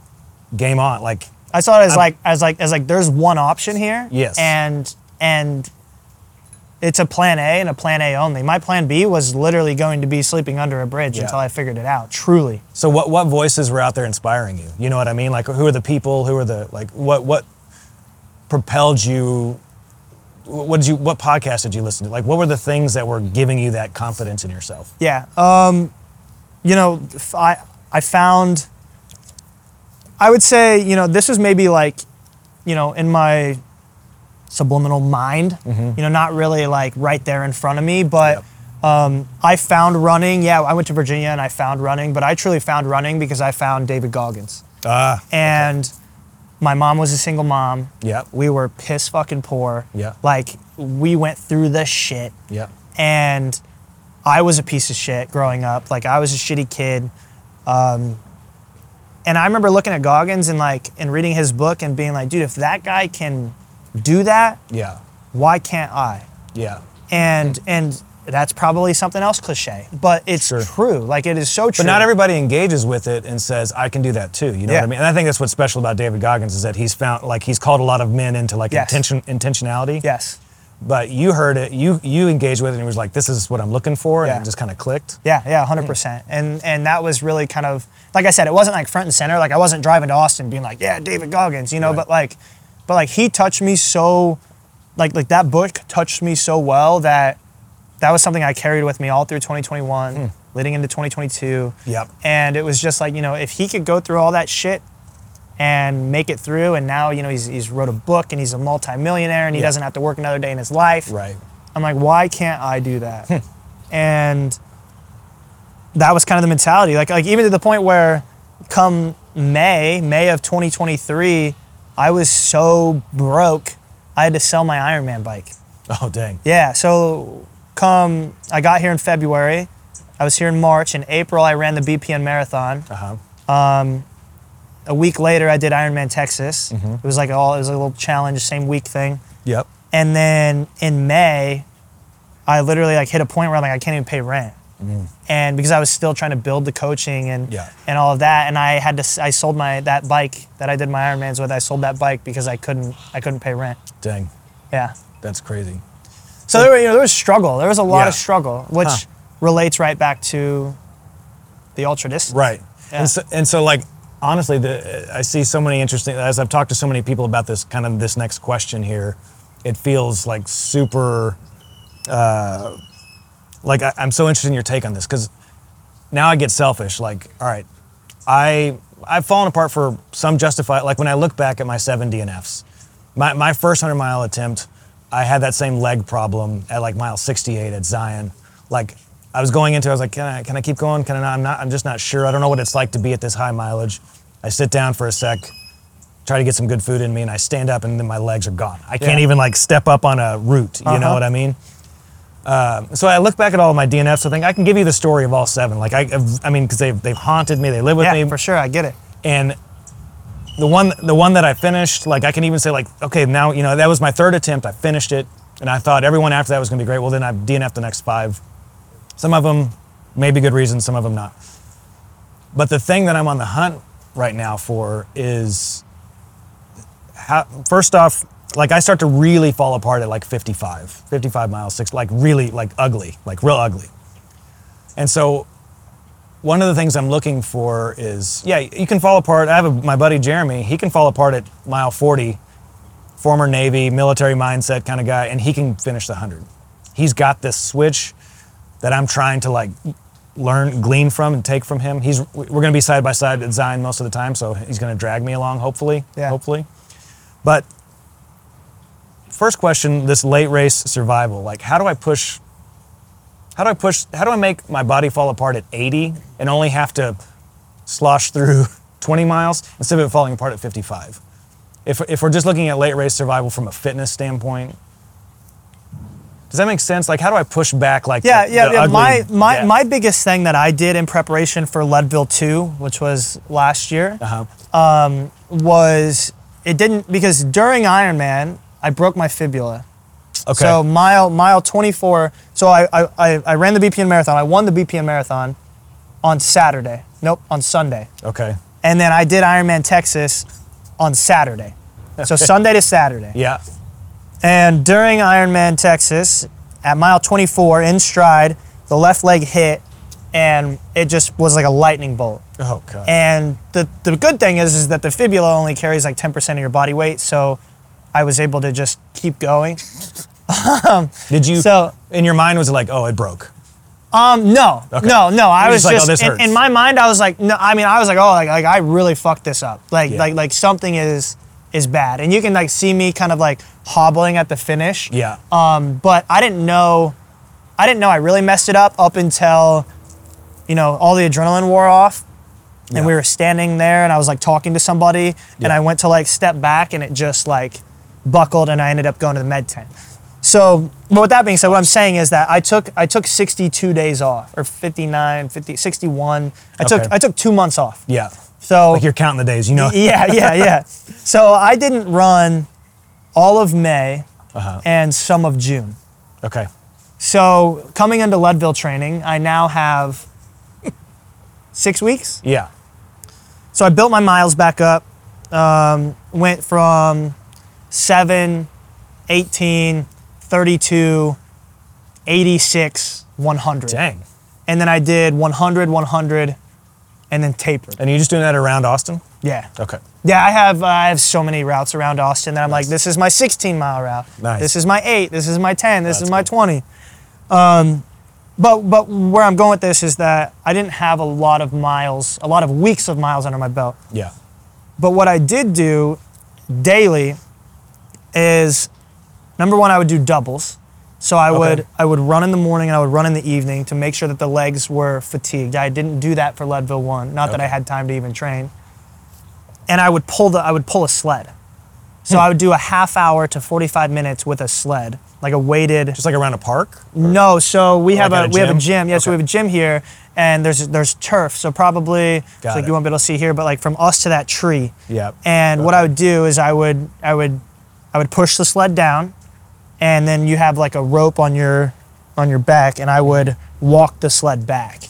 Speaker 1: game on, like
Speaker 2: i saw it as like as like as like there's one option here
Speaker 1: Yes.
Speaker 2: and and it's a plan a and a plan a only my plan b was literally going to be sleeping under a bridge
Speaker 1: Yeah.
Speaker 2: until i figured it out truly
Speaker 1: So what what voices were out there inspiring you? You know what I mean? Like who are the people? Who are the like what what propelled you? wh- What did you what podcast did you listen to? Like what were the things that were giving you that confidence in yourself?
Speaker 2: Yeah. Um, you know, f- I I found. I would say you know this was maybe like, you know, in my subliminal mind, you know, not really like right there in front of me, but.
Speaker 1: Mm-hmm. Yep.
Speaker 2: Um, I found running. Yeah, I went to Virginia and I found running, but I truly found running because I found David Goggins.
Speaker 1: Ah,
Speaker 2: And my mom was a single mom.
Speaker 1: yeah,
Speaker 2: We were piss fucking poor.
Speaker 1: Yeah.
Speaker 2: Like we went through the shit
Speaker 1: yeah,
Speaker 2: and I was a piece of shit growing up. Like I was a shitty kid, um, and I remember looking at Goggins and like and reading his book and being like, dude, if that guy can do that,
Speaker 1: yeah,
Speaker 2: why can't I?
Speaker 1: yeah.
Speaker 2: And and that's probably something else cliche, but it's
Speaker 1: Mm-hmm. Sure.
Speaker 2: true. Like it is so true.
Speaker 1: But not everybody engages with it and says, "I can do that too." You know
Speaker 2: Yeah.
Speaker 1: what I mean? And I think that's what's special about David Goggins is that he's found like he's called a lot of men into like
Speaker 2: Yes.
Speaker 1: intention intentionality.
Speaker 2: Yes.
Speaker 1: But you heard it, you you engaged with it, and it was like, "This is what I'm looking for," and
Speaker 2: Yeah.
Speaker 1: it just kind of clicked.
Speaker 2: Yeah, yeah,
Speaker 1: Mm.
Speaker 2: hundred percent. And and that was really kind of like I said, it wasn't like front and center. Like I wasn't driving to Austin being like, yeah, David Goggins, you know.
Speaker 1: Right.
Speaker 2: But like, but like he touched me so, like like that book touched me so well that that was something I carried with me all through 2021,
Speaker 1: Hmm.
Speaker 2: leading into 2022.
Speaker 1: Yep.
Speaker 2: And it was just like you know, if he could go through all that shit and make it through, and now you know he's he's wrote a book and he's a multimillionaire and he
Speaker 1: Yeah.
Speaker 2: doesn't have to work another day in his life.
Speaker 1: Right.
Speaker 2: I'm like, why can't I do that? and that was kind of the mentality. Like, like even to the point where, come May, May of 2023, I was so broke, I had to sell my Ironman bike.
Speaker 1: Oh dang.
Speaker 2: Yeah. So, come I got here in February, I was here in March. In April, I ran the BPN marathon.
Speaker 1: Uh huh.
Speaker 2: A week later, I did Ironman Texas. It was like all it was a little challenge, same week thing.
Speaker 1: Yep.
Speaker 2: And then in May, I literally like hit a point where I'm like, I can't even pay rent. And because I was still trying to build the coaching and
Speaker 1: Mm-hmm. Yeah.
Speaker 2: and all of that, and I had to, s- I sold my that bike that I did my Ironmans with. I sold that bike because I couldn't, I couldn't pay rent.
Speaker 1: Dang,
Speaker 2: Yeah.
Speaker 1: that's crazy.
Speaker 2: So there, were, you know, there was struggle. There was a lot
Speaker 1: Yeah.
Speaker 2: of struggle, which
Speaker 1: Huh.
Speaker 2: relates right back to the ultra distance.
Speaker 1: Right.
Speaker 2: Yeah.
Speaker 1: And, so, and so, like, honestly, the, I see so many interesting, as I've talked to so many people about this kind of this next question here, it feels like super, uh, like, I, I'm so interested in your take on this because now I get selfish. Like, all right, I I've fallen apart for some justified. Like when I look back at my seven DNFs, my my first hundred mile attempt, I had that same leg problem at like mile sixty eight at Zion. Like I was going into. it, I was like, can I can I keep going? Can I not? I'm not. I'm just not sure. I don't know what it's like to be at this high mileage. I sit down for a sec, try to get some good food in me, and I stand up, and then my legs are gone. I can't
Speaker 2: Yeah.
Speaker 1: even like step up on a root. You know
Speaker 2: Uh-huh.
Speaker 1: what I mean? Um, so I look back at all of my DNFs. I think I can give you the story of all seven. Like I, I mean, because they've they've haunted me. They live with
Speaker 2: yeah,
Speaker 1: me
Speaker 2: for sure. I get it.
Speaker 1: and the one the one that I finished, like I can even say like, okay, now you know that was my third attempt. I finished it, and I thought everyone after that was going to be great. Well, then I DNF the next five. Some of them may be good reasons, some of them not. But the thing that I'm on the hunt right now for is how, first off, like I start to really fall apart at like 55, 55 miles, six, like really like ugly, like real ugly. And so one of the things I'm looking for is yeah, you can fall apart. I have a, my buddy Jeremy. He can fall apart at mile 40, former Navy, military mindset kind of guy, and he can finish the 100. He's got this switch that I'm trying to like learn, glean from, and take from him. He's we're going to be side by side at Zion most of the time, so he's going to drag me along. Hopefully,
Speaker 2: Yeah.
Speaker 1: hopefully. But first question: this late race survival, like how do I push how do I push? How do I make my body fall apart at 80 and only have to slosh through 20 miles instead of it falling apart at 55? If, if we're just looking at late race survival from a fitness standpoint, does that make sense? Like, how do I push back? Like,
Speaker 2: Yeah,
Speaker 1: the-
Speaker 2: yeah,
Speaker 1: the
Speaker 2: yeah.
Speaker 1: ugly-
Speaker 2: my my
Speaker 1: yeah.
Speaker 2: my biggest thing that I did in preparation for Leadville two, which was last year,
Speaker 1: Uh-huh.
Speaker 2: was it didn't because during Ironman I broke my fibula.
Speaker 1: Okay.
Speaker 2: So mile mile 24. So I, I I I ran the BPN marathon. I won the BPN marathon on Saturday. Nope, on Sunday.
Speaker 1: okay.
Speaker 2: And then I did Ironman Texas on Saturday. So Sunday to Saturday.
Speaker 1: Yeah.
Speaker 2: And during Ironman Texas, at mile 24 in stride, the left leg hit, and it just was like a lightning bolt.
Speaker 1: Oh, God.
Speaker 2: And the, the good thing is is that the fibula only carries like 10% of your body weight, so I was able to just keep going.
Speaker 1: Did you,
Speaker 2: so-
Speaker 1: in your mind, was it like, oh, it broke?
Speaker 2: Um, no,
Speaker 1: Okay.
Speaker 2: no, no. I
Speaker 1: You're
Speaker 2: was
Speaker 1: just like, oh,
Speaker 2: just,
Speaker 1: this
Speaker 2: in,
Speaker 1: hurts.
Speaker 2: in my mind, I was like, no. I mean, I was like, oh, like, like I really fucked this up. Like,
Speaker 1: Yeah.
Speaker 2: like, like something is is bad, and you can like see me kind of like hobbling at the finish.
Speaker 1: Yeah.
Speaker 2: Um, but I didn't know, I didn't know I really messed it up up until, you know, all the adrenaline wore off, and
Speaker 1: Yeah.
Speaker 2: we were standing there, and I was like talking to somebody, and
Speaker 1: Yeah.
Speaker 2: I went to like step back, and it just like buckled, and I ended up going to the med tent. So, but with that being said, what I'm saying is that I took I took 62 days off, or 59, 50, 61. I
Speaker 1: Okay.
Speaker 2: took I took two months off.
Speaker 1: yeah.
Speaker 2: So
Speaker 1: Like, you're counting the days, you know?
Speaker 2: yeah, yeah, yeah. So I didn't run all of May
Speaker 1: Uh-huh.
Speaker 2: and some of June.
Speaker 1: Okay.
Speaker 2: So coming into Leadville training, I now have six weeks.
Speaker 1: Yeah.
Speaker 2: So I built my miles back up. Um, went from 7, 18, 32, 86, 100.
Speaker 1: Dang.
Speaker 2: And then I did 100, 100, and then tapered.
Speaker 1: And you just doing that around Austin?
Speaker 2: Yeah.
Speaker 1: Okay.
Speaker 2: Yeah, I have uh, I have so many routes around Austin that I'm like, this is my 16 mile route.
Speaker 1: Nice.
Speaker 2: This is my eight. This is my 10. This
Speaker 1: That's
Speaker 2: is my 20. Um, but but where I'm going with this is that I didn't have a lot of miles, a lot of weeks of miles under my belt.
Speaker 1: Yeah.
Speaker 2: But what I did do daily is number one, I would do doubles. So I would I would run in the morning and I would run in the evening to make sure that the legs were fatigued. I didn't do that for Leadville one. Not that I
Speaker 1: Okay.
Speaker 2: had time to even train. And I would pull the I would pull a sled.
Speaker 1: Hmm.
Speaker 2: So I would do a half hour to 45 minutes with a sled, like a weighted
Speaker 1: Just like around a park?
Speaker 2: no, so we have
Speaker 1: at
Speaker 2: a,
Speaker 1: a
Speaker 2: we have a
Speaker 1: gym?
Speaker 2: gym. Yeah, so we
Speaker 1: Okay.
Speaker 2: have a gym here, and there's there's turf. So probably it's
Speaker 1: Got
Speaker 2: like
Speaker 1: it.
Speaker 2: you won't be able to see here, but like from us to that tree.
Speaker 1: Yeah.
Speaker 2: And what I would do is I would I would I would push the sled down, and then you have like a rope on your on your back, and I would walk the sled back.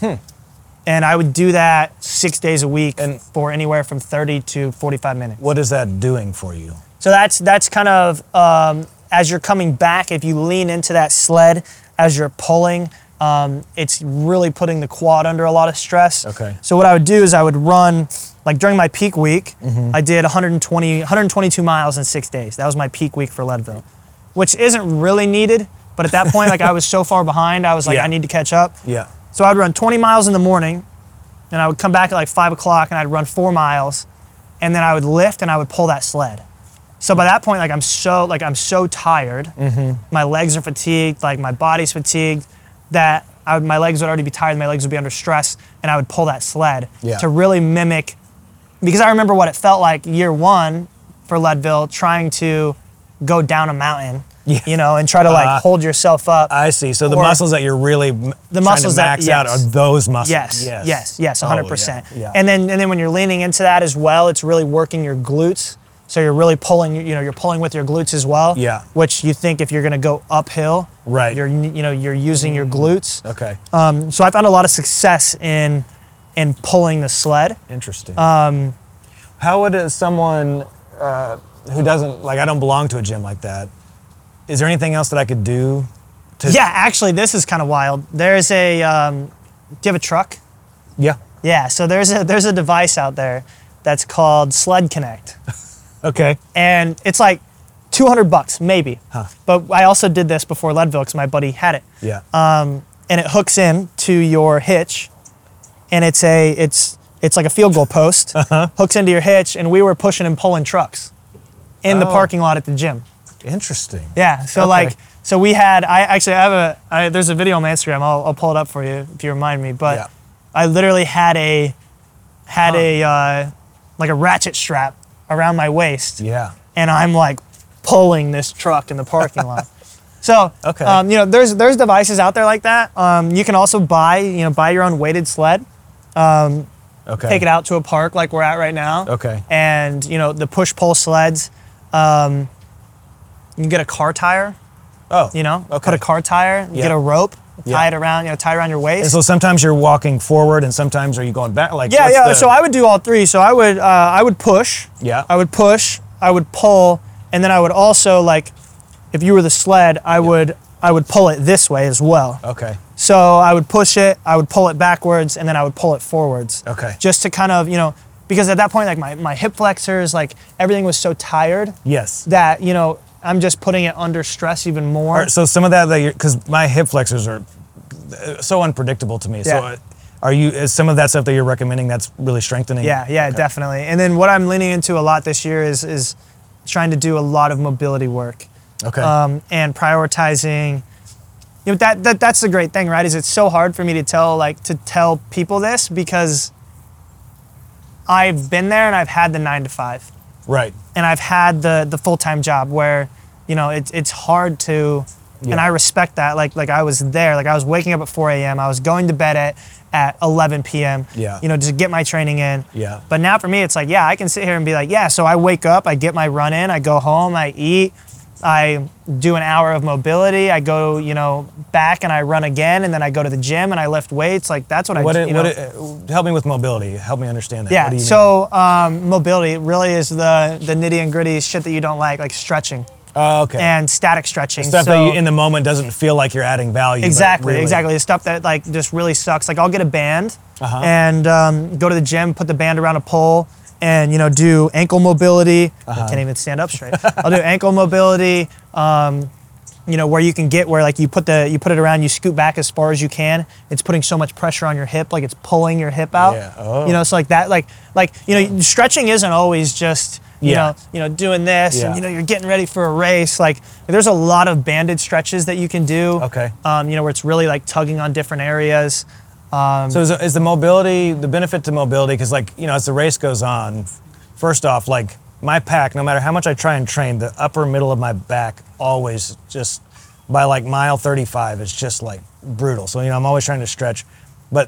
Speaker 2: And I would do that six days a week
Speaker 1: And-
Speaker 2: for anywhere from 30 to 45 minutes.
Speaker 1: What is that doing for you?
Speaker 2: So that's that's kind of um, as you're coming back. If you lean into that sled as you're pulling, um, it's really putting the quad under a lot of stress.
Speaker 1: Okay.
Speaker 2: So what I would do is I would run like during my peak week.
Speaker 1: Mm-hmm.
Speaker 2: I did 120 122 miles in six days. That was my peak week for Leadville, which isn't really needed. But at that point, like I was so far behind, I was like,
Speaker 1: Yeah.
Speaker 2: I need to catch up.
Speaker 1: Yeah.
Speaker 2: So I'd run 20 miles in the morning, and I would come back at like five o'clock, and I'd run four miles, and then I would lift and I would pull that sled. So by that point, like I'm so
Speaker 1: Mm-hmm.
Speaker 2: like I'm so tired, my legs are fatigued, like my body's fatigued, that I would, my legs would already be tired, my legs would be under stress, and I would pull that sled
Speaker 1: Yeah.
Speaker 2: to really mimic. Because I remember what it felt like year one for Leadville trying to go down a mountain,
Speaker 1: Yeah.
Speaker 2: you know, and try to like
Speaker 1: Uh,
Speaker 2: hold yourself up.
Speaker 1: I see. So the
Speaker 2: Or-
Speaker 1: muscles that you're really m- trying
Speaker 2: muscles
Speaker 1: to
Speaker 2: that-
Speaker 1: max out are
Speaker 2: yes.
Speaker 1: those muscles.
Speaker 2: Yes, yes, yes,
Speaker 1: Oh,
Speaker 2: 100%.
Speaker 1: yeah, yeah.
Speaker 2: And then and then when you're leaning into that as well, it's really working your glutes. So you're really pulling, you know, you're pulling with your glutes as well.
Speaker 1: Yeah.
Speaker 2: Which you think if you're going to go uphill,
Speaker 1: Right. Mm.
Speaker 2: You're you know you're using your glutes.
Speaker 1: okay.
Speaker 2: Um, so I found a lot of success in in pulling the sled.
Speaker 1: Interesting. Um, How would uh, someone uh, who doesn't like I don't belong to a gym like that? Is there anything else that I could do? To,
Speaker 2: Yeah, actually, this is kind of wild. There's a um, do you have a truck?
Speaker 1: Yeah.
Speaker 2: Yeah. So there's a there's a device out there that's called Sled Connect.
Speaker 1: Okay.
Speaker 2: and it's like 200 bucks maybe.
Speaker 1: Huh.
Speaker 2: But I also did this before Leadville because my buddy had it,
Speaker 1: Yeah.
Speaker 2: Uh, and it hooks in to your hitch, and it's a it's it's like a field goal post
Speaker 1: Uh-huh.
Speaker 2: hooks into your hitch, and we were pushing and pulling trucks in the
Speaker 1: Oh.
Speaker 2: parking lot at the gym.
Speaker 1: Interesting.
Speaker 2: Yeah. So
Speaker 1: Okay.
Speaker 2: like so we had I actually I have a I, there's a video on my Instagram I'll, I'll pull it up for you if you remind me, but
Speaker 1: Yeah.
Speaker 2: I literally had a had
Speaker 1: Huh.
Speaker 2: a uh, like a ratchet strap around my waist
Speaker 1: Yeah.
Speaker 2: and I'm like pulling this truck in the parking lot. So,
Speaker 1: Okay.
Speaker 2: um, you know, there's there's devices out there like that. Um, you can also buy, you know, buy your own weighted sled,
Speaker 1: Okay.
Speaker 2: take it out to a park like we're at right now.
Speaker 1: Okay.
Speaker 2: And you know, the push pull sleds. Um, you can get a car tire.
Speaker 1: Oh.
Speaker 2: You know,
Speaker 1: Okay.
Speaker 2: put a car tire,
Speaker 1: Yeah.
Speaker 2: get a rope,
Speaker 1: Yeah.
Speaker 2: tie it around, you know, tie around your
Speaker 1: And
Speaker 2: waist.
Speaker 1: so sometimes you're walking forward, and sometimes are you going back? Like
Speaker 2: yeah,
Speaker 1: what's
Speaker 2: yeah.
Speaker 1: the-
Speaker 2: So I would do all three. So I would uh, I would push.
Speaker 1: Yeah.
Speaker 2: I would push. I would pull, and then I would also like, if you were the sled, I would I would pull it this way as well.
Speaker 1: okay.
Speaker 2: So I would push it. I would pull it backwards, and then I would pull it forwards.
Speaker 1: Okay.
Speaker 2: Just to kind of you know, because at that point like my my hip flexors like everything was so tired
Speaker 1: Yes.
Speaker 2: that you know I'm just putting it under stress even more.
Speaker 1: All right, so some of that that you're because my hip flexors are uh, so unpredictable to me. So
Speaker 2: Yeah.
Speaker 1: uh, are you is some of that stuff that you're recommending that's really strengthening?
Speaker 2: Yeah, yeah,
Speaker 1: Okay.
Speaker 2: definitely. And then what I'm leaning into a lot this year is is trying to do a lot of mobility work.
Speaker 1: Okay.
Speaker 2: um, and prioritizing. You know, that, that that's the great thing, right? Is it's so hard for me to tell like to tell people this because I've been there and I've had the nine to five
Speaker 1: right.
Speaker 2: and I've had the the full time job where you know it's it's hard to, and
Speaker 1: Yeah.
Speaker 2: I respect that. Like like I was there, like I was waking up at 4 a.m. I was going to bed at at 11 p.m.
Speaker 1: Yeah.
Speaker 2: you know, to get my training in.
Speaker 1: Yeah.
Speaker 2: But now for me, it's like yeah, I can sit here and be like yeah. So I wake up, I get my run in, I go home, I eat. I do an hour of mobility. I go, you know, back and I run again, and then I go to the gym and I lift weights. Like that's what,
Speaker 1: What
Speaker 2: I.
Speaker 1: it,
Speaker 2: you know,
Speaker 1: what it, uh, help me with mobility. Help me understand that.
Speaker 2: yeah.
Speaker 1: What do you mean?
Speaker 2: so um, mobility really is the the nitty and gritty shit that you don't like, like stretching
Speaker 1: Oh, okay.
Speaker 2: and static stretching.
Speaker 1: stuff
Speaker 2: So-
Speaker 1: that you, in the moment doesn't feel like you're adding value. but
Speaker 2: exactly,
Speaker 1: really-
Speaker 2: exactly. The stuff that like just really sucks. Like I'll get a band
Speaker 1: Uh-huh.
Speaker 2: and um, go to the gym, put the band around a pole, and you know do ankle mobility.
Speaker 1: Uh-huh.
Speaker 2: I can't even stand up straight. I'll do ankle mobility. Um, you know where you can get where like you put the you put it around, you scoot back as far as you can. It's putting so much pressure on your hip, like it's pulling your hip out.
Speaker 1: Yeah. Oh.
Speaker 2: You know, it's like that. Like like you know, stretching isn't always just. You
Speaker 1: Yeah.
Speaker 2: know, you know, doing this,
Speaker 1: Yeah.
Speaker 2: and you know, you're getting ready for a race. Like, there's a lot of banded stretches that you can do.
Speaker 1: Okay.
Speaker 2: Um, you know, where it's really like tugging on different areas.
Speaker 1: So is, is the mobility the benefit to mobility? Because like you know, as the race goes on, first off, like my pack, no matter how much I try and train, the upper middle of my back always just by like mile 35 is just like brutal. So you know, I'm always trying to stretch, but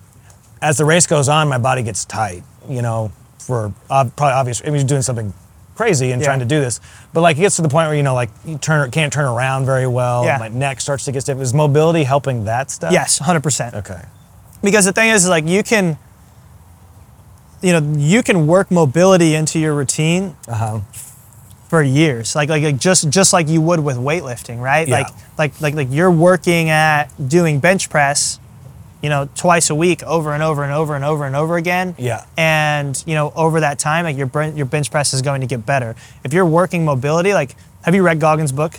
Speaker 1: as the race goes on, my body gets tight. You know, for ob- probably obvious. I mean, you're doing something crazy and
Speaker 2: Yeah.
Speaker 1: trying to do this, but like it gets to the point where you know, like you turn can't turn around very well.
Speaker 2: Yeah.
Speaker 1: My neck starts to get stiff. Is mobility helping that stuff?
Speaker 2: Yes, 100%.
Speaker 1: Okay.
Speaker 2: Because the thing is, is, like you can, you know, you can work mobility into your routine
Speaker 1: Uh huh.
Speaker 2: for years. Like, like, like just, just like you would with weightlifting, right?
Speaker 1: Yeah.
Speaker 2: Like, like, like, like you're working at doing bench press, you know, twice a week over and over and over and over and over again.
Speaker 1: Yeah.
Speaker 2: And, you know, over that time, like your, bren- your bench press is going to get better. If you're working mobility, like, have you read Goggins' book?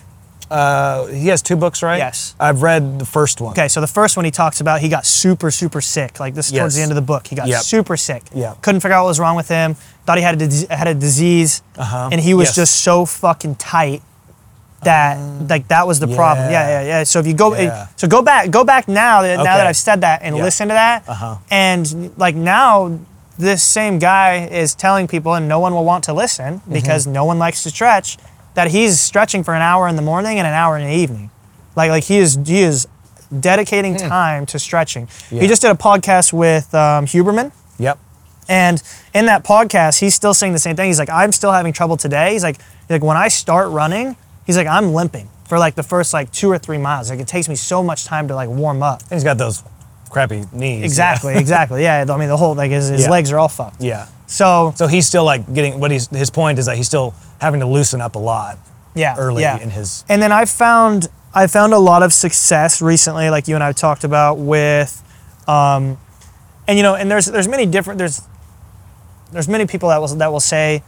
Speaker 1: He has two books, right?
Speaker 2: Yes.
Speaker 1: I've read the first one.
Speaker 2: Okay, so the first one he talks about, he got super, super sick. Like this is towards
Speaker 1: Yes.
Speaker 2: the end of the book, he got
Speaker 1: Yep.
Speaker 2: super sick.
Speaker 1: Yeah.
Speaker 2: Couldn't figure out what was wrong with him. Thought he had a dis- had a disease,
Speaker 1: Uh-huh.
Speaker 2: and he was
Speaker 1: Yes. Uh,
Speaker 2: just so fucking tight that like that was the problem. Yeah,
Speaker 1: Yeah.
Speaker 2: yeah, yeah. So if you go, eh,
Speaker 1: Yeah.
Speaker 2: so go back, go back now that now that
Speaker 1: Okay.
Speaker 2: I've said that and
Speaker 1: Yeah.
Speaker 2: listen to that,
Speaker 1: Uh-huh.
Speaker 2: and like now this same guy is telling people, and no one will want to listen
Speaker 1: Mm-hmm.
Speaker 2: because no one likes to stretch. That he's stretching for an hour in the morning and an hour in the evening, like like he is he is dedicating time to stretching.
Speaker 1: Hmm. Yeah.
Speaker 2: He just did a podcast with um, Huberman.
Speaker 1: Yep.
Speaker 2: And in that podcast, he's still saying the same thing. He's like, I'm still having trouble today. He's like, he's like when I start running, he's like, I'm limping for like the first like two or three miles. Like it takes me so much time to like warm up.
Speaker 1: And he's got those crappy knees.
Speaker 2: Exactly, exactly. Yeah, I mean the whole like his, his
Speaker 1: Yeah.
Speaker 2: legs are all fucked.
Speaker 1: Yeah. yeah.
Speaker 2: So
Speaker 1: So he's still like getting what he's his point is that he's still having to loosen up a lot.
Speaker 2: yeah,
Speaker 1: early
Speaker 2: yeah.
Speaker 1: in his-
Speaker 2: And then I found I found a lot of success recently, like you and I talked about with, um, and you know, and there's there's many different there's there's many people that will that will say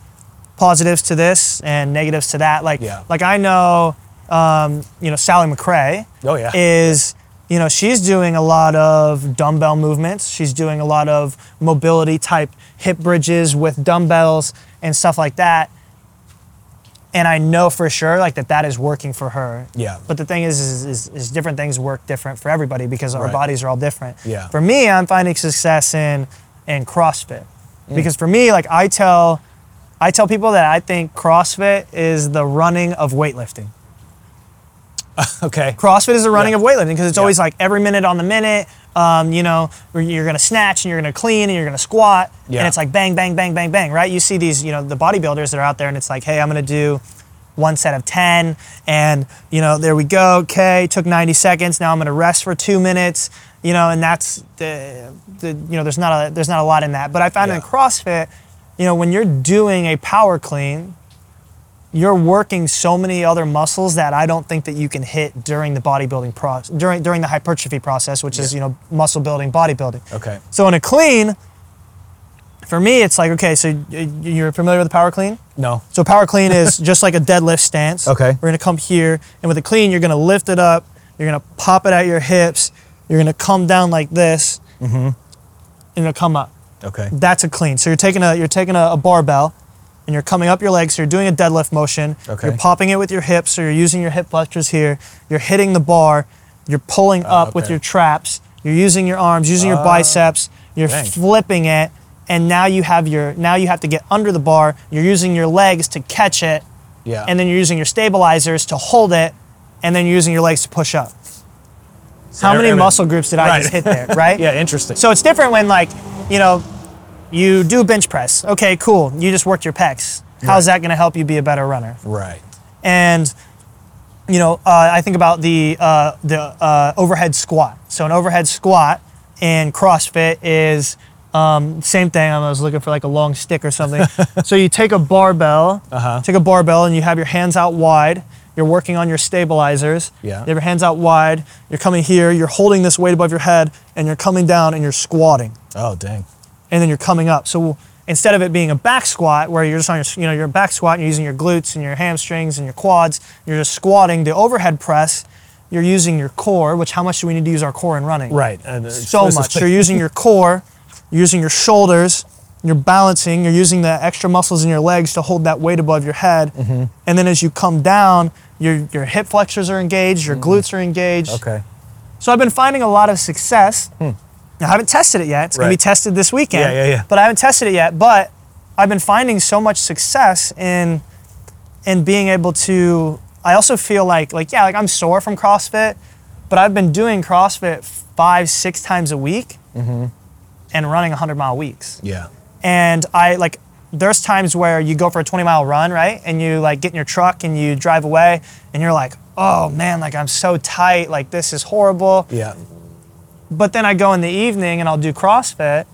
Speaker 2: positives to this and negatives to that. Like
Speaker 1: Yeah.
Speaker 2: like I know, um, you know, Sally McRae.
Speaker 1: Oh, yeah.
Speaker 2: Is you know she's doing a lot of dumbbell movements. She's doing a lot of mobility type hip bridges with dumbbells and stuff like that. And I know for sure like that that is working for her.
Speaker 1: Yeah.
Speaker 2: But the thing is, is, is, is different things work different for everybody because our
Speaker 1: Right.
Speaker 2: bodies are all different.
Speaker 1: Yeah.
Speaker 2: For me, I'm finding success in in CrossFit
Speaker 1: Mm.
Speaker 2: because for me, like I tell, I tell people that I think CrossFit is the running of weightlifting.
Speaker 1: Okay.
Speaker 2: CrossFit is the running
Speaker 1: Yeah.
Speaker 2: of weightlifting because it's
Speaker 1: Yeah.
Speaker 2: always like every minute on the minute. Um, you know, where you're gonna snatch and you're gonna clean and you're gonna squat,
Speaker 1: Yeah.
Speaker 2: and it's like bang, bang, bang, bang, bang, right? You see these, you know, the bodybuilders that are out there, and it's like, hey, I'm gonna do one set of ten, and you know, there we go. Okay, took 90 seconds. Now I'm gonna rest for two minutes. You know, and that's the, the you know, there's not a there's not a lot in that. But I found in
Speaker 1: Yeah.
Speaker 2: CrossFit, you know, when you're doing a power clean, you're working so many other muscles that I don't think that you can hit during the bodybuilding process during during the hypertrophy process, which is you know muscle building, bodybuilding.
Speaker 1: Okay.
Speaker 2: So in a clean, for me, it's like okay, so y- you're familiar with the power clean.
Speaker 1: No.
Speaker 2: So power clean is just like a deadlift stance.
Speaker 1: Okay.
Speaker 2: We're gonna come here, and with a clean, you're gonna lift it up. You're gonna pop it at your hips. You're gonna come down like this. Mm-hmm. And you're gonna come up.
Speaker 1: Okay.
Speaker 2: That's a clean. So you're taking a you're taking a, a barbell, and you're coming up your legs. So you're doing a deadlift motion.
Speaker 1: Okay.
Speaker 2: You're popping it with your hips. So you're using your hip flexors here. You're hitting the bar. You're pulling up with
Speaker 1: Ah, okay. Ah,
Speaker 2: your traps. You're using your arms. Using your biceps. You're
Speaker 1: dang.
Speaker 2: flipping it, and now you have your now you have to get under the bar. You're using your legs to catch it,
Speaker 1: Yeah.
Speaker 2: and then you're using your stabilizers to hold it, and then you're using your legs to push up. How many
Speaker 1: every-
Speaker 2: muscle groups did I
Speaker 1: Right.
Speaker 2: just hit there? Right.
Speaker 1: yeah, interesting.
Speaker 2: So it's different when like, you know, you do bench press. Okay, cool. You just worked your pecs. How's that going to help you be a better runner?
Speaker 1: right.
Speaker 2: And you know, uh, I think about the uh, the uh, overhead squat. So an overhead squat in CrossFit is um, same thing. I was looking for like a long stick or something. so you take a barbell,
Speaker 1: Uh-huh.
Speaker 2: take a barbell, and you have your hands out wide. You're working on your stabilizers.
Speaker 1: Yeah.
Speaker 2: You have your hands out wide. You're coming here. You're holding this weight above your head, and you're coming down, and you're squatting
Speaker 1: Oh, dang.
Speaker 2: and then you're coming up. So instead of it being a back squat where you're just on your, you know, your back squat and you're using your glutes and your hamstrings and your quads, you're just squatting the overhead press, you're using your core, which how much do we need to use our core in running?
Speaker 1: Right. And it's-
Speaker 2: So
Speaker 1: this is-
Speaker 2: much. You're using your core, you're using your shoulders, you're balancing, you're using the extra muscles in your legs to hold that weight above your head.
Speaker 1: Mm-hmm.
Speaker 2: And then as you come down, your, your hip flexors are engaged, your glutes are engaged.
Speaker 1: Mm-hmm. Okay.
Speaker 2: So I've been finding a lot of success. Now, I haven't tested it yet. It's going to
Speaker 1: Hmm. Right.
Speaker 2: be tested this weekend.
Speaker 1: Yeah, yeah, yeah.
Speaker 2: But I haven't tested it yet. But I've been finding so much success in in being able to. I also feel like like yeah, like I'm sore from CrossFit, but I've been doing CrossFit five, six times a week,
Speaker 1: Mm-hmm.
Speaker 2: and running 100 mile weeks
Speaker 1: Yeah.
Speaker 2: and I like there's times where you go for a 20 mile run, right? And you like get in your truck and you drive away and you're like, "Oh man, like I'm so tight, like this is horrible."
Speaker 1: Yeah.
Speaker 2: But then I go in the evening and I'll do CrossFit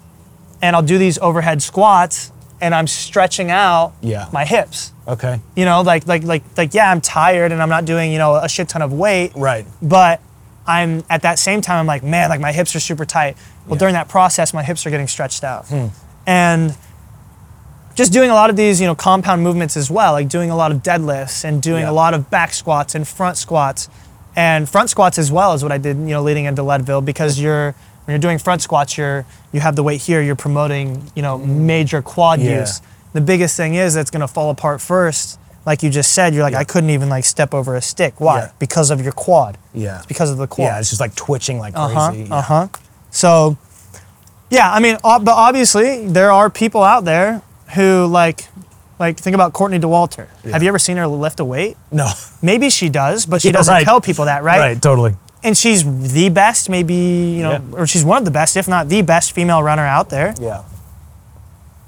Speaker 2: and I'll do these overhead squats and I'm stretching out
Speaker 1: Yeah.
Speaker 2: my hips.
Speaker 1: Okay.
Speaker 2: You know, like like like like yeah, I'm tired and I'm not doing, you know, a shit ton of weight
Speaker 1: Right.
Speaker 2: but I'm at that same time I'm like, man, like my hips are super tight.
Speaker 1: Yeah.
Speaker 2: Well,
Speaker 1: Hmm.
Speaker 2: during that process, my hips are getting stretched out, and just doing a lot of these, you know, compound movements as well, like doing a lot of deadlifts and doing
Speaker 1: Yeah.
Speaker 2: a lot of back squats and front squats, and front squats as well is what I did, you know, leading into Leadville because you're when you're doing front squats, you're you have the weight here, you're promoting, you know, major quad
Speaker 1: Yeah.
Speaker 2: use. The biggest thing is that's going to fall apart first like you just said, you're like, I couldn't even like step over a stick. Why?
Speaker 1: Yeah.
Speaker 2: Because of your quad.
Speaker 1: Yeah.
Speaker 2: It's because of the quad.
Speaker 1: Yeah, it's just like twitching like
Speaker 2: Uh huh.
Speaker 1: crazy.
Speaker 2: Uh huh. So, yeah, I mean, ob- but obviously there are people out there who like, like think about Courtney DeWalter. Have you ever seen her lift a weight?
Speaker 1: No.
Speaker 2: Maybe she does, but she
Speaker 1: Yeah,
Speaker 2: doesn't
Speaker 1: right.
Speaker 2: tell people that, right?
Speaker 1: Right. totally.
Speaker 2: And she's the best, maybe you know,
Speaker 1: Yeah.
Speaker 2: or she's one of the best, if not the best female runner out there.
Speaker 1: Yeah.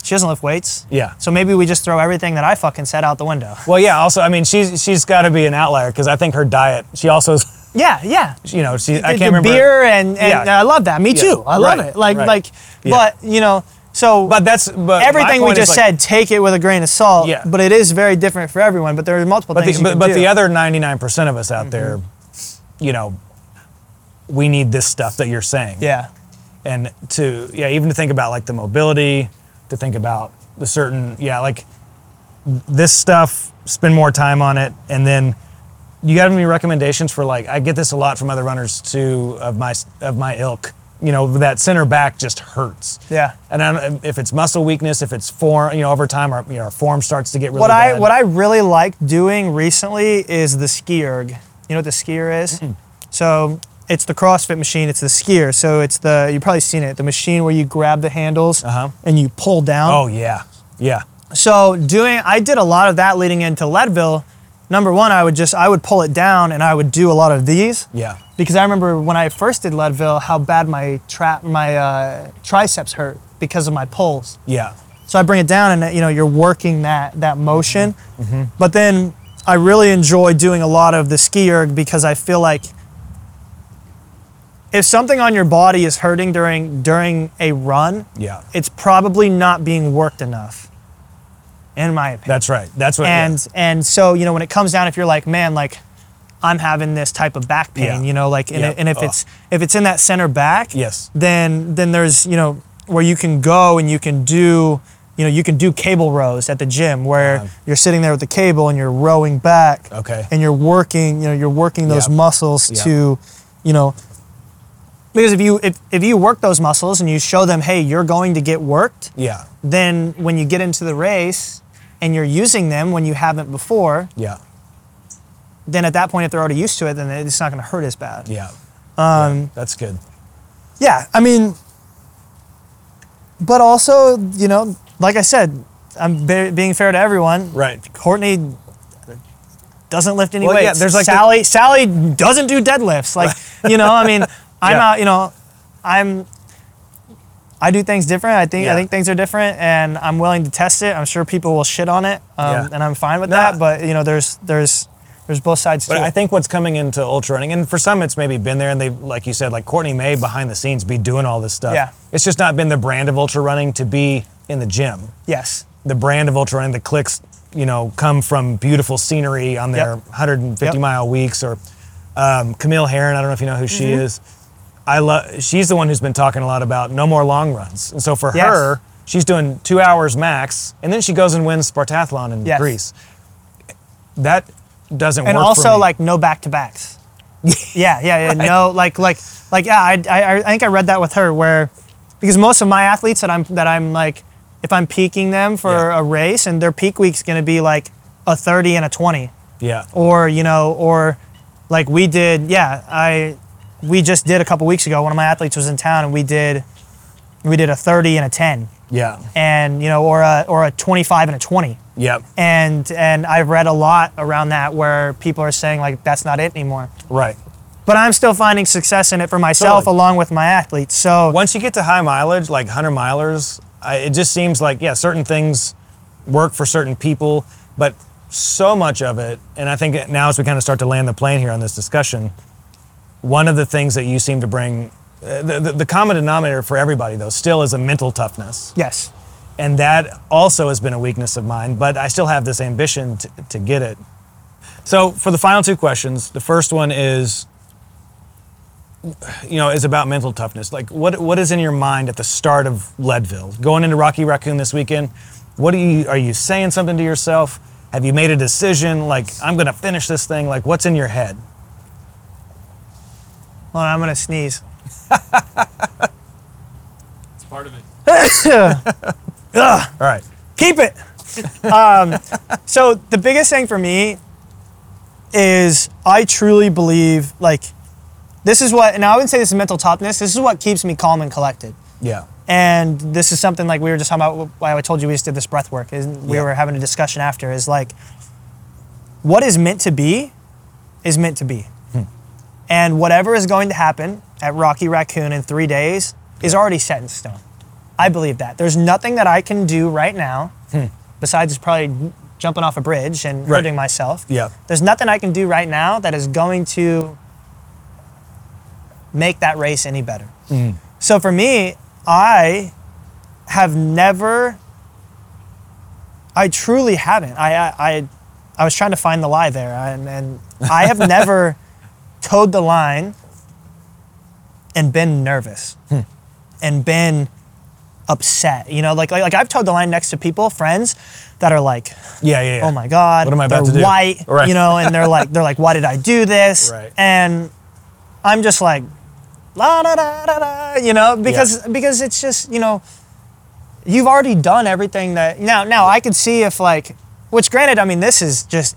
Speaker 2: She doesn't lift weights.
Speaker 1: Yeah.
Speaker 2: So maybe we just throw everything that I fucking said out the window.
Speaker 1: Well, yeah. Also, I mean, she's she's got to be an outlier because I think her diet. She also, is-
Speaker 2: Yeah, yeah.
Speaker 1: you know, she I can't
Speaker 2: the- the
Speaker 1: remember.
Speaker 2: beer and, and
Speaker 1: Yeah.
Speaker 2: I love that. Me
Speaker 1: Yeah.
Speaker 2: too. I love
Speaker 1: Right,
Speaker 2: it. Like
Speaker 1: right.
Speaker 2: like
Speaker 1: Yeah.
Speaker 2: but you know so
Speaker 1: But that's but my
Speaker 2: everything we
Speaker 1: point is,
Speaker 2: just
Speaker 1: like,
Speaker 2: said take it with a grain of salt.
Speaker 1: Yeah.
Speaker 2: But it is very different for everyone. But there are multiple
Speaker 1: But
Speaker 2: things
Speaker 1: the,
Speaker 2: you
Speaker 1: but,
Speaker 2: can
Speaker 1: but
Speaker 2: do. Mm-hmm.
Speaker 1: the other 99% of us out there, you know, we need this stuff that you're saying.
Speaker 2: yeah
Speaker 1: And to, yeah, even to think about like the mobility, to think about the certain, yeah, like this stuff, spend more time on it. And then you got any recommendations for like, I get this a lot from other runners too of my, of my ilk, you know, that center back just hurts.
Speaker 2: yeah.
Speaker 1: And I don't, if it's muscle weakness, if it's form, you know, over time our, you know, our form starts to get really
Speaker 2: what I
Speaker 1: bad.
Speaker 2: what I really like doing recently is the ski erg. You know what the ski erg is?
Speaker 1: Hmm.
Speaker 2: So it's the CrossFit machine. It's the skier. So it's the you've probably seen it. The machine where you grab the handles
Speaker 1: Uh-huh.
Speaker 2: and you pull down.
Speaker 1: oh yeah. Yeah.
Speaker 2: So doing, I did a lot of that leading into Leadville. Number one, I would just I would pull it down and I would do a lot of these
Speaker 1: Yeah.
Speaker 2: because I remember when I first did Leadville how bad my trap my uh, triceps hurt because of my pulls.
Speaker 1: Yeah.
Speaker 2: So I bring it down and you know you're working that that motion, but then I really enjoy doing a lot of the ski erg because I feel like if something on your body is hurting during during a run,
Speaker 1: Yeah.
Speaker 2: it's probably not being worked enough, in my opinion.
Speaker 1: That's right. That's what. yeah.
Speaker 2: and and so you know when it comes down, if you're like, man, like I'm having this type of back pain,
Speaker 1: Yeah.
Speaker 2: you know, like and,
Speaker 1: Yeah.
Speaker 2: and if
Speaker 1: Ugh.
Speaker 2: it's if it's in that center back,
Speaker 1: Yes.
Speaker 2: then then there's you know where you can go and you can do you know you can do cable rows at the gym where
Speaker 1: Um,
Speaker 2: you're sitting there with the cable and you're rowing back
Speaker 1: Okay.
Speaker 2: and you're working you know you're working those
Speaker 1: Yeah.
Speaker 2: muscles
Speaker 1: Yeah.
Speaker 2: to you know because if you if, if you work those muscles and you show them hey you're going to get worked
Speaker 1: yeah.
Speaker 2: then when you get into the race and you're using them when you haven't before
Speaker 1: Yeah.
Speaker 2: then at that point if they're already used to it then it's not going to hurt as bad
Speaker 1: Yeah. Um, That's good.
Speaker 2: Yeah, I mean, but also, you know, like I said, I'm be- being fair to everyone.
Speaker 1: Right.
Speaker 2: Courtney doesn't lift any
Speaker 1: Well,
Speaker 2: weights.
Speaker 1: yeah, there's like the-
Speaker 2: Sally. Sally doesn't do deadlifts. Like, you know, I mean, I'm
Speaker 1: Yeah.
Speaker 2: out. You know, I'm. I do things different. I think
Speaker 1: Yeah.
Speaker 2: I think things are different, and I'm willing to test it. I'm sure people will shit on it, um,
Speaker 1: Yeah.
Speaker 2: and I'm fine with
Speaker 1: No.
Speaker 2: that. But you know, there's there's there's both sides to
Speaker 1: But
Speaker 2: it.
Speaker 1: I think what's coming into ultra running, and for some it's maybe been there, and they, like you said, like Courtney may behind the scenes be doing all this stuff.
Speaker 2: Yeah.
Speaker 1: It's just not been the brand of ultra running to be in the gym.
Speaker 2: yes.
Speaker 1: The brand of ultra running, the clicks, you know, come from beautiful scenery on their
Speaker 2: Yep.
Speaker 1: 150
Speaker 2: Yep.
Speaker 1: mile weeks. Or um, Camille Heron, I don't know if you know who she
Speaker 2: Mm-hmm.
Speaker 1: is. I love. She's the one who's been talking a lot about no more long runs, and so for
Speaker 2: Yes.
Speaker 1: her, she's doing two hours max, and then she goes and wins Spartathlon in
Speaker 2: Yes.
Speaker 1: Greece. That doesn't
Speaker 2: and
Speaker 1: work. for
Speaker 2: also
Speaker 1: me.
Speaker 2: like no back to backs. yeah, yeah, yeah. No, like, like, like, yeah. I, I, I think I read that with her where, because most of my athletes that I'm that I'm like, if I'm peaking them for
Speaker 1: Yeah.
Speaker 2: a race and their peak week's gonna be like a thirty and a twenty,
Speaker 1: yeah,
Speaker 2: or you know, or like we did. Yeah, I, we just did a couple weeks ago. One of my athletes was in town and we did, we did a thirty and a ten,
Speaker 1: yeah,
Speaker 2: and you know, or a or a twenty five and a twenty
Speaker 1: yeah.
Speaker 2: and and I've read a lot around that where people are saying like that's not it anymore.
Speaker 1: Right.
Speaker 2: But I'm still finding success in it for myself
Speaker 1: Totally.
Speaker 2: along with my athletes. So
Speaker 1: Once you get to high mileage, like hundred milers, I, it just seems like yeah, certain things work for certain people, but so much of it, and I think now as we kind of start to land the plane here on this discussion, one of the things that you seem to bring, uh, the, the, the common denominator for everybody though, still is a mental toughness.
Speaker 2: yes,
Speaker 1: and that also has been a weakness of mine but i still have this ambition to, to get it so for the final two questions the first one is you know is about mental toughness like what what is in your mind at the start of leadville going into rocky raccoon this weekend what are you are you saying something to yourself have you made a decision like i'm gonna finish this thing like what's in your head
Speaker 2: hold on, I'm gonna sneeze.
Speaker 3: It's part of it.
Speaker 1: all right
Speaker 2: Keep it. Um, So the biggest thing for me is I truly believe like this is what, and I wouldn't say this is mental toughness. This is what keeps me calm and collected.
Speaker 1: Yeah.
Speaker 2: And this is something like we were just talking about. Why I told you we just did this breath work, and we
Speaker 1: Yeah.
Speaker 2: were having a discussion after. Is like, what is meant to be, is meant to be,
Speaker 1: Hmm.
Speaker 2: and whatever is going to happen at Rocky Raccoon in three days is already set in stone. I believe that. There's nothing that I can do right now, besides probably jumping off a bridge and
Speaker 1: Hmm. Right.
Speaker 2: hurting myself.
Speaker 1: Yeah.
Speaker 2: There's nothing I can do right now that is going to make that race any better. So for me, I have never. I truly haven't. I I I, I was trying to find the lie there, and, and I have never towed the line and been nervous and been upset. You know, like, like like I've towed the line next to people, friends, that are like,
Speaker 1: Yeah, yeah, yeah.
Speaker 2: oh my god
Speaker 1: What am I
Speaker 2: they're
Speaker 1: about to do?
Speaker 2: white
Speaker 1: Right.
Speaker 2: you know and they're like they're like why did i do this
Speaker 1: Right.
Speaker 2: and i'm just like la da da da da you know because because it's just you know you've already done everything that now now i could see if like which granted i mean this is just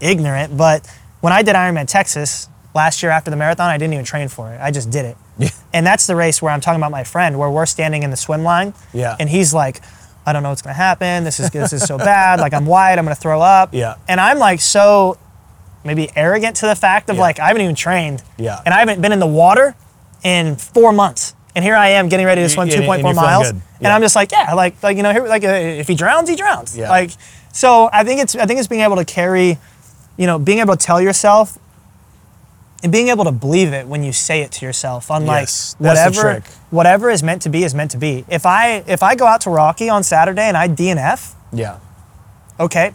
Speaker 2: ignorant but when i did ironman texas last year after the marathon i didn't even train for it i just did it
Speaker 1: Yeah.
Speaker 2: and that's the race where I'm talking about my friend, where we're standing in the swim line.
Speaker 1: Yeah.
Speaker 2: And he's like, I don't know what's gonna happen. This is this is so bad. Like I'm wide. I'm gonna throw up.
Speaker 1: Yeah.
Speaker 2: And I'm like so, maybe arrogant to the fact of
Speaker 1: Yeah.
Speaker 2: like I haven't even trained.
Speaker 1: Yeah.
Speaker 2: And I haven't been in the water in four months. And here I am getting ready to swim
Speaker 1: And- and-
Speaker 2: 2.4
Speaker 1: and you're feeling
Speaker 2: miles.
Speaker 1: good.
Speaker 2: And
Speaker 1: Yeah.
Speaker 2: I'm just like, yeah, like like you know, here, like uh, if he drowns, he drowns.
Speaker 1: Yeah.
Speaker 2: Like, so I think it's I think it's being able to carry, you know, being able to tell yourself. And being able to believe it when you say it to yourself, unlike
Speaker 1: Yes, that's the
Speaker 2: whatever
Speaker 1: trick.
Speaker 2: whatever is meant to be is meant to be. If I if I go out to Rocky on Saturday and I DNF,
Speaker 1: Yeah.
Speaker 2: okay,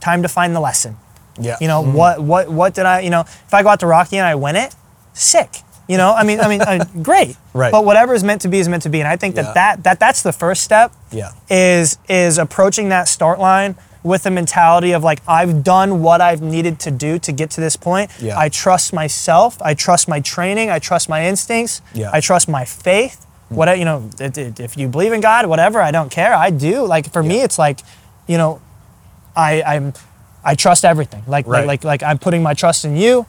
Speaker 2: time to find the lesson.
Speaker 1: Yeah.
Speaker 2: You know what what what did I you know if I go out to Rocky and I win it, sick. You know I mean I mean uh, great.
Speaker 1: Right.
Speaker 2: But whatever is meant to be is meant to be, and I think that,
Speaker 1: Yeah.
Speaker 2: that that that's the first step.
Speaker 1: Yeah.
Speaker 2: Is is approaching that start line with the mentality of like I've done what I've needed to do to get to this point.
Speaker 1: Yeah.
Speaker 2: I trust myself. I trust my training. I trust my instincts.
Speaker 1: Yeah.
Speaker 2: I trust my faith. What I- you know, it, it, if you believe in God, whatever, I don't care. I do. Like for me,
Speaker 1: Yeah.
Speaker 2: it's like, you know, I I'm I trust everything. Like
Speaker 1: Right.
Speaker 2: like, like like I'm putting my trust in you.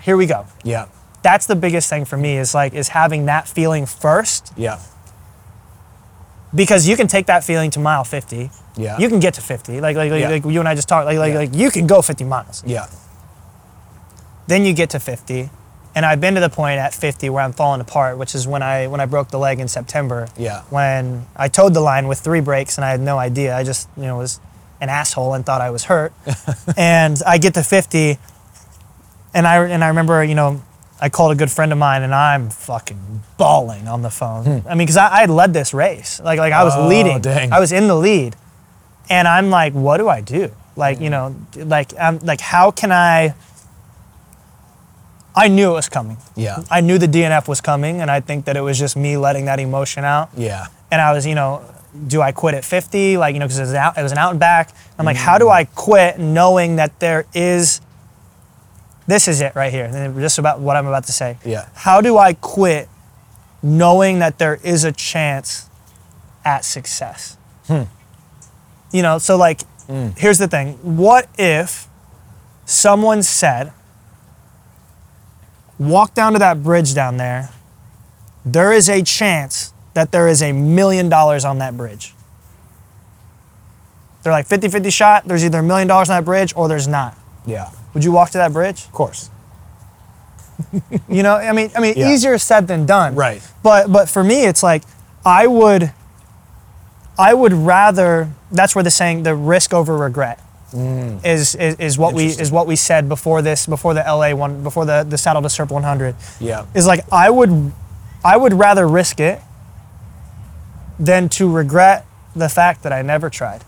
Speaker 2: Here we go.
Speaker 1: Yeah.
Speaker 2: That's the biggest thing for me is like is having that feeling first
Speaker 1: Yeah.
Speaker 2: because you can take that feeling to mile 50.
Speaker 1: Yeah.
Speaker 2: You can get to 50. Like like like,
Speaker 1: Yeah.
Speaker 2: like you and I just talked like like,
Speaker 1: Yeah.
Speaker 2: like you can go 50 miles.
Speaker 1: Yeah.
Speaker 2: Then you get to 50. And I've been to the point at 50 where I'm falling apart, which is when I when I broke the leg in September.
Speaker 1: Yeah.
Speaker 2: When I towed the line with three breaks and I had no idea. I just, you know, was an asshole and thought I was hurt. and I get to 50 and I and I remember, you know, I called a good friend of mine, and I'm fucking bawling on the phone. I mean, because I, I had led this race, like like I was
Speaker 1: Hmm. Oh,
Speaker 2: leading,
Speaker 1: dang.
Speaker 2: I was in the lead, and I'm like, what do I do? Like
Speaker 1: Hmm.
Speaker 2: you know, like I'm like, how can I? I knew it was coming.
Speaker 1: Yeah.
Speaker 2: I knew the DNF was coming, and I think that it was just me letting that emotion out
Speaker 1: Yeah.
Speaker 2: and I was, you know, do I quit at 50? Like, you know, because it, was an out- it was an out and back. I'm like, how do I quit knowing that there is, this is it right here. And just about what I'm about to say.
Speaker 1: Yeah.
Speaker 2: How do I quit knowing that there is a chance at success? You know, so like, here's the thing what if someone said, walk down to that bridge down there, there is a chance that there is a million dollars on that bridge. They're like 50 50 shot, there's either a million dollars on that bridge or there's not.
Speaker 1: Yeah.
Speaker 2: Would you walk to that bridge?
Speaker 1: Of course.
Speaker 2: You know, I mean, I mean,
Speaker 1: Yeah.
Speaker 2: easier said than done.
Speaker 1: Right.
Speaker 2: But but for me, it's like I would, I would rather. That's where the saying the risk over regret is, is is what we is
Speaker 1: Mm. Interesting.
Speaker 2: what we said before this before the LA one before the the saddle to serp 100
Speaker 1: Yeah.
Speaker 2: is like I would I would rather risk it than to regret the fact that I never tried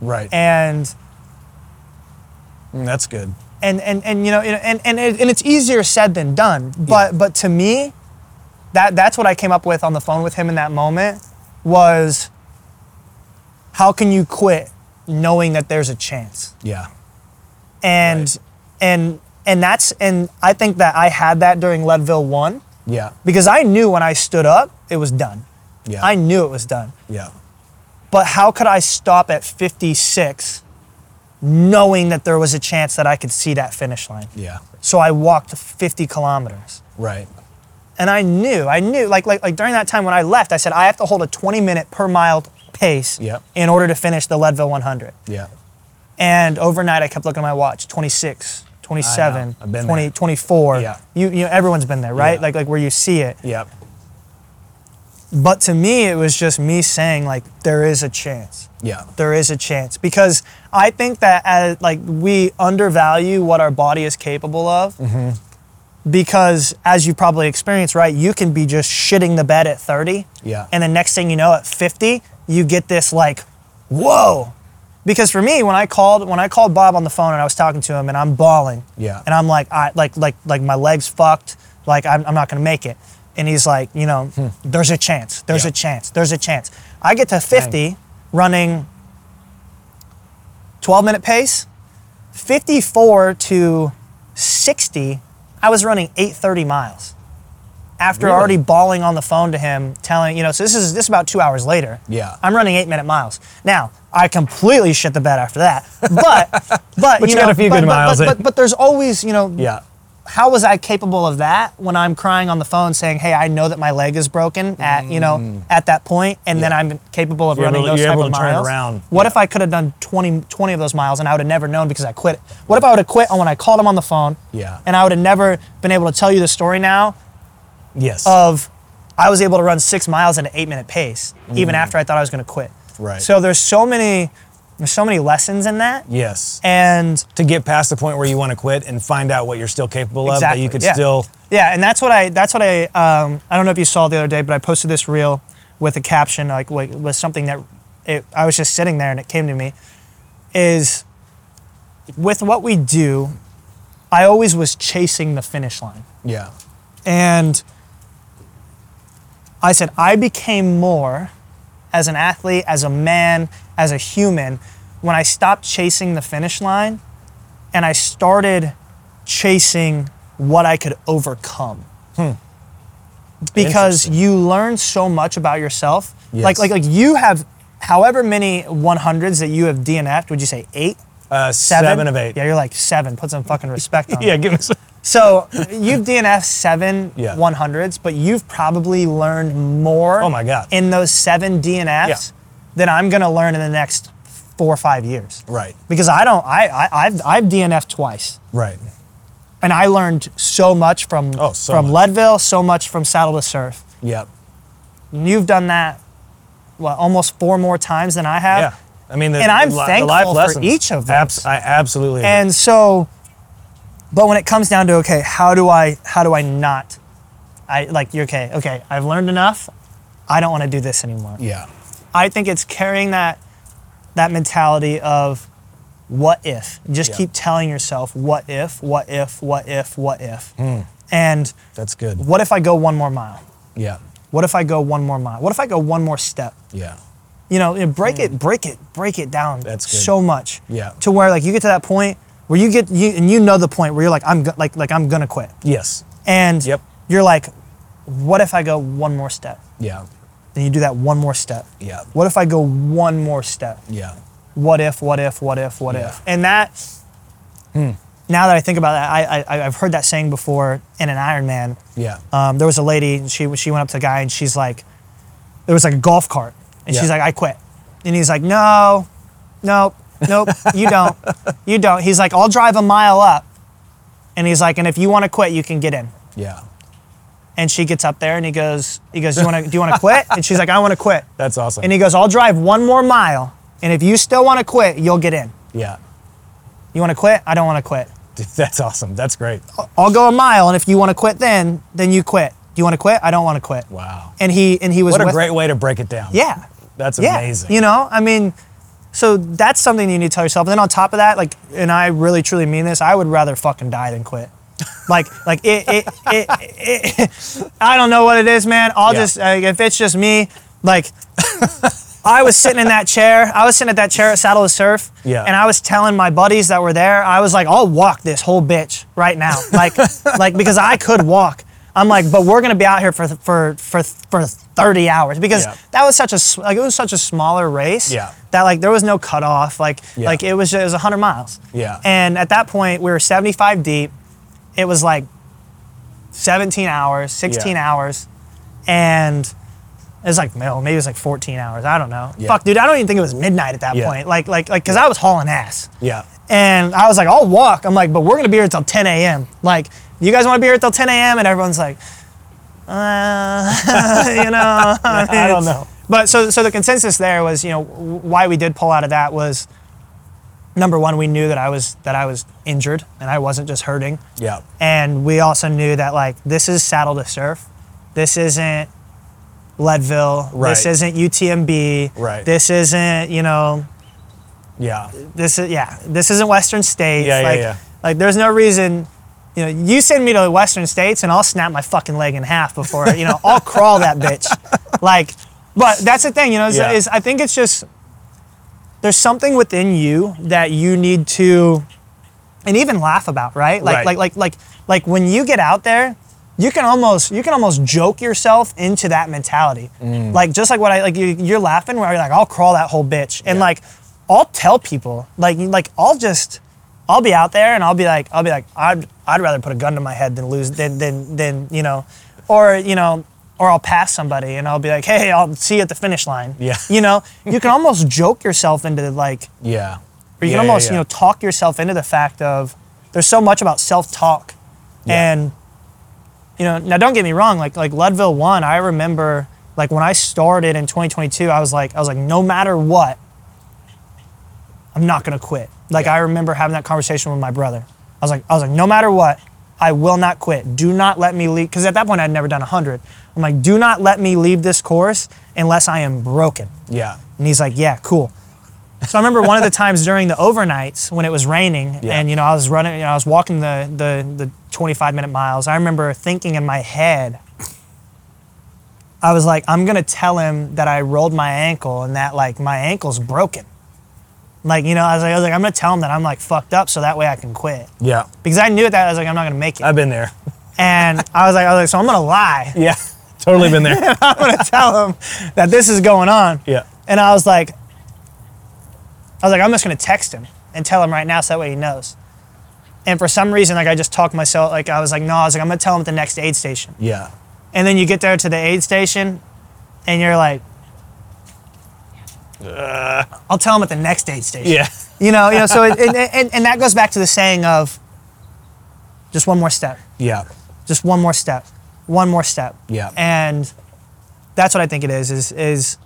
Speaker 1: Right.
Speaker 2: and.
Speaker 1: Mm, that's good.
Speaker 2: and and and you know you know, and and it, and it's easier said than done. But but to me, that that's what I came up with on the phone with him in that moment was how can you quit knowing that there's a chance
Speaker 1: Yeah.
Speaker 2: and
Speaker 1: Right.
Speaker 2: and and that's and I think that I had that during Leadville one
Speaker 1: Yeah.
Speaker 2: because I knew when I stood up it was done.
Speaker 1: Yeah.
Speaker 2: I knew it was done.
Speaker 1: yeah.
Speaker 2: But how could I stop at 56 knowing that there was a chance that I could see that finish line?
Speaker 1: Yeah.
Speaker 2: So I walked 50 kilometers.
Speaker 1: Right.
Speaker 2: And I knew, I knew, like, like, like during that time when I left, I said, I have to hold a 20 minute per mile pace
Speaker 1: Yep.
Speaker 2: in order to finish the Leadville 100.
Speaker 1: Yeah.
Speaker 2: And overnight, I kept looking at my watch 26, 27,
Speaker 1: I've been
Speaker 2: 20,
Speaker 1: there.
Speaker 2: 24.
Speaker 1: Yeah.
Speaker 2: You, you know, everyone's been there, right?
Speaker 1: Yeah.
Speaker 2: Like, like where you see it.
Speaker 1: Yep.
Speaker 2: But to me, it was just me saying, like, there is a chance.
Speaker 1: Yeah.
Speaker 2: There is a chance. Because I think that, as, like, we undervalue what our body is capable of.
Speaker 1: Mm-hmm.
Speaker 2: Because, as you probably experienced, right, you can be just shitting the bed at 30.
Speaker 1: Yeah.
Speaker 2: And the next thing you know, at 50, you get this like, whoa. Because for me, when I called when I called Bob on the phone and I was talking to him and I'm bawling.
Speaker 1: Yeah.
Speaker 2: And I'm like, I like like like my legs fucked. Like I'm, I'm not gonna make it. And he's like, you know, there's a chance. There's
Speaker 1: Hmm. Yeah.
Speaker 2: a chance. There's a chance. I get to 50 running 12 minute pace, 54 to 60. I was running 830 miles after
Speaker 1: Really?
Speaker 2: already bawling on the phone to him, telling you know, so this is this is about two hours later.
Speaker 1: Yeah.
Speaker 2: I'm running eight minute miles now. I completely shit the bed after that, but but,
Speaker 1: But you
Speaker 2: know,
Speaker 1: got a few
Speaker 2: but,
Speaker 1: good
Speaker 2: but-
Speaker 1: miles
Speaker 2: But,
Speaker 1: in.
Speaker 2: but, but there's always you know,
Speaker 1: Yeah.
Speaker 2: how was I capable of that when I'm crying on the phone saying, hey, I know that my leg is broken at you know at that point, and then I'm capable of
Speaker 1: Mm. You're
Speaker 2: running
Speaker 1: able-
Speaker 2: those
Speaker 1: you're
Speaker 2: type
Speaker 1: able
Speaker 2: of
Speaker 1: to turn it
Speaker 2: miles.
Speaker 1: around.
Speaker 2: What
Speaker 1: Yeah.
Speaker 2: if I could have done 20, 20 of those miles and I would have never known because I quit? What if I would have quit on when I called him on the phone?
Speaker 1: Yeah.
Speaker 2: And I would have never been able to tell you the story now
Speaker 1: Yes.
Speaker 2: of I was able to run six miles at an eight minute pace, even after I thought I was going to quit.
Speaker 1: Mm. Right.
Speaker 2: So there's so many, there's so many lessons in that,
Speaker 1: yes.
Speaker 2: and
Speaker 1: to get past the point where you want to quit and find out what you're still capable of that
Speaker 2: exactly,
Speaker 1: you could
Speaker 2: yeah.
Speaker 1: still
Speaker 2: yeah, and that's what I that's what I um, I don't know if you saw the other day, but I posted this reel with a caption like like, with something that it, I was just sitting there and it came to me is with what we do, I always was chasing the finish line.
Speaker 1: yeah
Speaker 2: And I said, I became more as an athlete, as a man, as a human, when I stopped chasing the finish line and I started chasing what I could overcome. Because
Speaker 1: Hmm. Interesting.
Speaker 2: you learn so much about yourself. Like,
Speaker 1: Yes.
Speaker 2: like, like you have however many 100s that you have DNF'd, would you say eight?
Speaker 1: uh,
Speaker 2: Seven?
Speaker 1: seven? of eight
Speaker 2: Yeah, you're like seven. Put some fucking respect on it.
Speaker 1: yeah give me some
Speaker 2: So you've DNF seven
Speaker 1: Yeah.
Speaker 2: 100s, but you've probably learned more.
Speaker 1: Oh my God.
Speaker 2: In those seven DNFs
Speaker 1: Yeah.
Speaker 2: than I'm gonna learn in the next four or five years.
Speaker 1: right
Speaker 2: Because I don't. I, I I've I've DNF twice,
Speaker 1: right
Speaker 2: and I learned so much from
Speaker 1: Oh, so
Speaker 2: from
Speaker 1: much.
Speaker 2: Leadville, so much from Saddle to Surf.
Speaker 1: yep
Speaker 2: And you've done that, what almost four more times than I have.
Speaker 1: yeah i mean the,
Speaker 2: Uh, And I'm
Speaker 1: the, li-
Speaker 2: thankful
Speaker 1: the life
Speaker 2: for
Speaker 1: lessons,
Speaker 2: each of
Speaker 1: Abs-
Speaker 2: those.
Speaker 1: i absolutely agree.
Speaker 2: And so, but when it comes down to okay, how do I how do I not? I like you're okay. Okay, I've learned enough. I don't want to do this anymore.
Speaker 1: yeah
Speaker 2: I think it's carrying that that mentality of what if. Just
Speaker 1: Yeah.
Speaker 2: keep telling yourself what if, what if, what if, what if, and
Speaker 1: that's good
Speaker 2: what if I go one more mile?
Speaker 1: yeah
Speaker 2: What if I go one more mile? What if I go one more step?
Speaker 1: yeah
Speaker 2: You know, you know, break it, break it, break it down
Speaker 1: That's good.
Speaker 2: so much.
Speaker 1: Yeah.
Speaker 2: To where like you get to that point where you get you and you know the point where you're like I'm go- like like I'm gonna quit,
Speaker 1: yes
Speaker 2: and
Speaker 1: Yep.
Speaker 2: you're like, what if I go one more step?
Speaker 1: yeah
Speaker 2: Then you do that one more step.
Speaker 1: Yeah.
Speaker 2: What if I go one more step?
Speaker 1: yeah
Speaker 2: What if? What if? What if? What
Speaker 1: Yeah. Hmm.
Speaker 2: if? And that. Now that I think about that, I, I I've heard that saying before in an Ironman.
Speaker 1: yeah
Speaker 2: Um, there was a lady, and she she went up to a guy, and she's like, there was like a golf cart, and she's
Speaker 1: Yeah.
Speaker 2: like, I quit, and he's like, no, nope, nope, you don't, you don't. He's like, I'll drive a mile up, and he's like, and if you want to quit, you can get in.
Speaker 1: yeah
Speaker 2: And she gets up there, and he goes, he goes, do you want to do you want to quit? And she's like, I want to quit.
Speaker 1: that's awesome
Speaker 2: And he goes, I'll drive one more mile, and if you still want to quit, you'll get in.
Speaker 1: yeah
Speaker 2: You want to quit? I don't want to quit.
Speaker 1: Dude, that's awesome that's great
Speaker 2: I'll go a mile, and if you want to quit, then then you quit. Do you want to quit? I don't want to quit.
Speaker 1: wow
Speaker 2: And he and he was
Speaker 1: what a
Speaker 2: with-
Speaker 1: great way to break it down
Speaker 2: Yeah.
Speaker 1: that's
Speaker 2: yeah.
Speaker 1: amazing
Speaker 2: You know, I mean, so that's something you need to tell yourself. And then on top of that, like, and I really truly mean this, I would rather fucking die than quit. Like, like it, it, it, it, I don't know what it is, man. I'll
Speaker 1: Yeah.
Speaker 2: just, like, if it's just me, like, I was sitting in that chair. I was sitting at that chair at Saddle of Surf.
Speaker 1: Yeah.
Speaker 2: And I was telling my buddies that were there, I was like, I'll walk this whole bitch right now. Like, like because I could walk. I'm like, but we're gonna be out here for for for for 30 hours because
Speaker 1: Yeah.
Speaker 2: that was such a s- like it was such a smaller race
Speaker 1: Yeah.
Speaker 2: that like there was no cutoff like
Speaker 1: Yeah.
Speaker 2: like it was just, it was 100 miles.
Speaker 1: Yeah.
Speaker 2: And at that point we were 75 deep. It was like 17 hours, 16
Speaker 1: Yeah.
Speaker 2: hours, and it was like no, maybe it was like 14 hours. I don't know.
Speaker 1: Yeah.
Speaker 2: Fuck, dude, I don't even think it was midnight at that
Speaker 1: Yeah.
Speaker 2: point. Like like like because I was hauling ass.
Speaker 1: Yeah.
Speaker 2: And I was like, I'll walk. I'm like, but we're gonna be here until 10 a.m. Like, you guys want to be here until 10 a.m. And everyone's like, uh, you know,
Speaker 1: I don't know.
Speaker 2: But so so the consensus there was, you know, w- why we did pull out of that was number one, we knew that I was that I was injured and I wasn't just hurting,
Speaker 1: Yeah.
Speaker 2: and we also knew that like this is saddle to surf, this isn't Leadville,
Speaker 1: Right.
Speaker 2: this isn't UTMB,
Speaker 1: Right.
Speaker 2: this isn't you know
Speaker 1: Yeah.
Speaker 2: this is yeah this isn't western states
Speaker 1: Yeah, yeah,
Speaker 2: like
Speaker 1: yeah.
Speaker 2: like there's no reason you know you send me to western states and i'll snap my fucking leg in half before you know i'll crawl that bitch like but that's the thing you know is,
Speaker 1: Yeah.
Speaker 2: is i think it's just there's something within you that you need to and even laugh about right like
Speaker 1: Right.
Speaker 2: like like like like when you get out there you can almost you can almost joke yourself into that mentality
Speaker 1: Mm.
Speaker 2: like just like what i like you, you're laughing where you're like i'll crawl that whole bitch and
Speaker 1: Yeah.
Speaker 2: like i'll tell people like like i'll just i'll be out there and i'll be like i'll be like i'd i'd rather put a gun to my head than lose than than than you know or you know or i'll pass somebody and i'll be like hey i'll see you at the finish line
Speaker 1: Yeah.
Speaker 2: you know you can almost joke yourself into like
Speaker 1: Yeah.
Speaker 2: or you
Speaker 1: Yeah,
Speaker 2: can
Speaker 1: yeah,
Speaker 2: almost
Speaker 1: yeah.
Speaker 2: you know talk yourself into the fact of there's so much about self-talk
Speaker 1: Yeah.
Speaker 2: and you know now don't get me wrong like like Leadville one I remember like when I started in 2022 I was like I was like no matter what I'm not gonna quit like
Speaker 1: Yeah.
Speaker 2: I remember having that conversation with my brother I was like I was like no matter what I will not quit do not let me leave because at that point I'd never done 100 I'm like do not let me leave this course unless I am broken
Speaker 1: Yeah.
Speaker 2: and he's like, yeah, cool. So I remember one of the times during the overnights when it was raining
Speaker 1: Yeah.
Speaker 2: and you know I was running, you know, I was walking the, the the 25 minute miles. I remember thinking in my head, I was like, I'm gonna tell him that I rolled my ankle and that like my ankle's broken. Like you know, I was like, I was like, I'm gonna tell him that I'm like fucked up so that way I can quit
Speaker 1: Yeah.
Speaker 2: because I knew that I was like, I'm not gonna make it.
Speaker 1: I've been there.
Speaker 2: and I was like, I was like, so I'm gonna lie.
Speaker 1: Yeah. Totally been there.
Speaker 2: I'm gonna tell him that this is going on.
Speaker 1: Yeah.
Speaker 2: And I was like, I was like, I'm just gonna text him and tell him right now, so that way he knows. And for some reason, like I just talked myself, like I was like, no, I was like, I'm gonna tell him at the next aid station.
Speaker 1: Yeah.
Speaker 2: And then you get there to the aid station, and you're like, I'll tell him at the next aid station.
Speaker 1: Yeah.
Speaker 2: You know, you know. So it, and, and and that goes back to the saying of, just one more step,
Speaker 1: Yeah.
Speaker 2: just one more step, one more step.
Speaker 1: Yeah.
Speaker 2: And that's what I think it is. Is is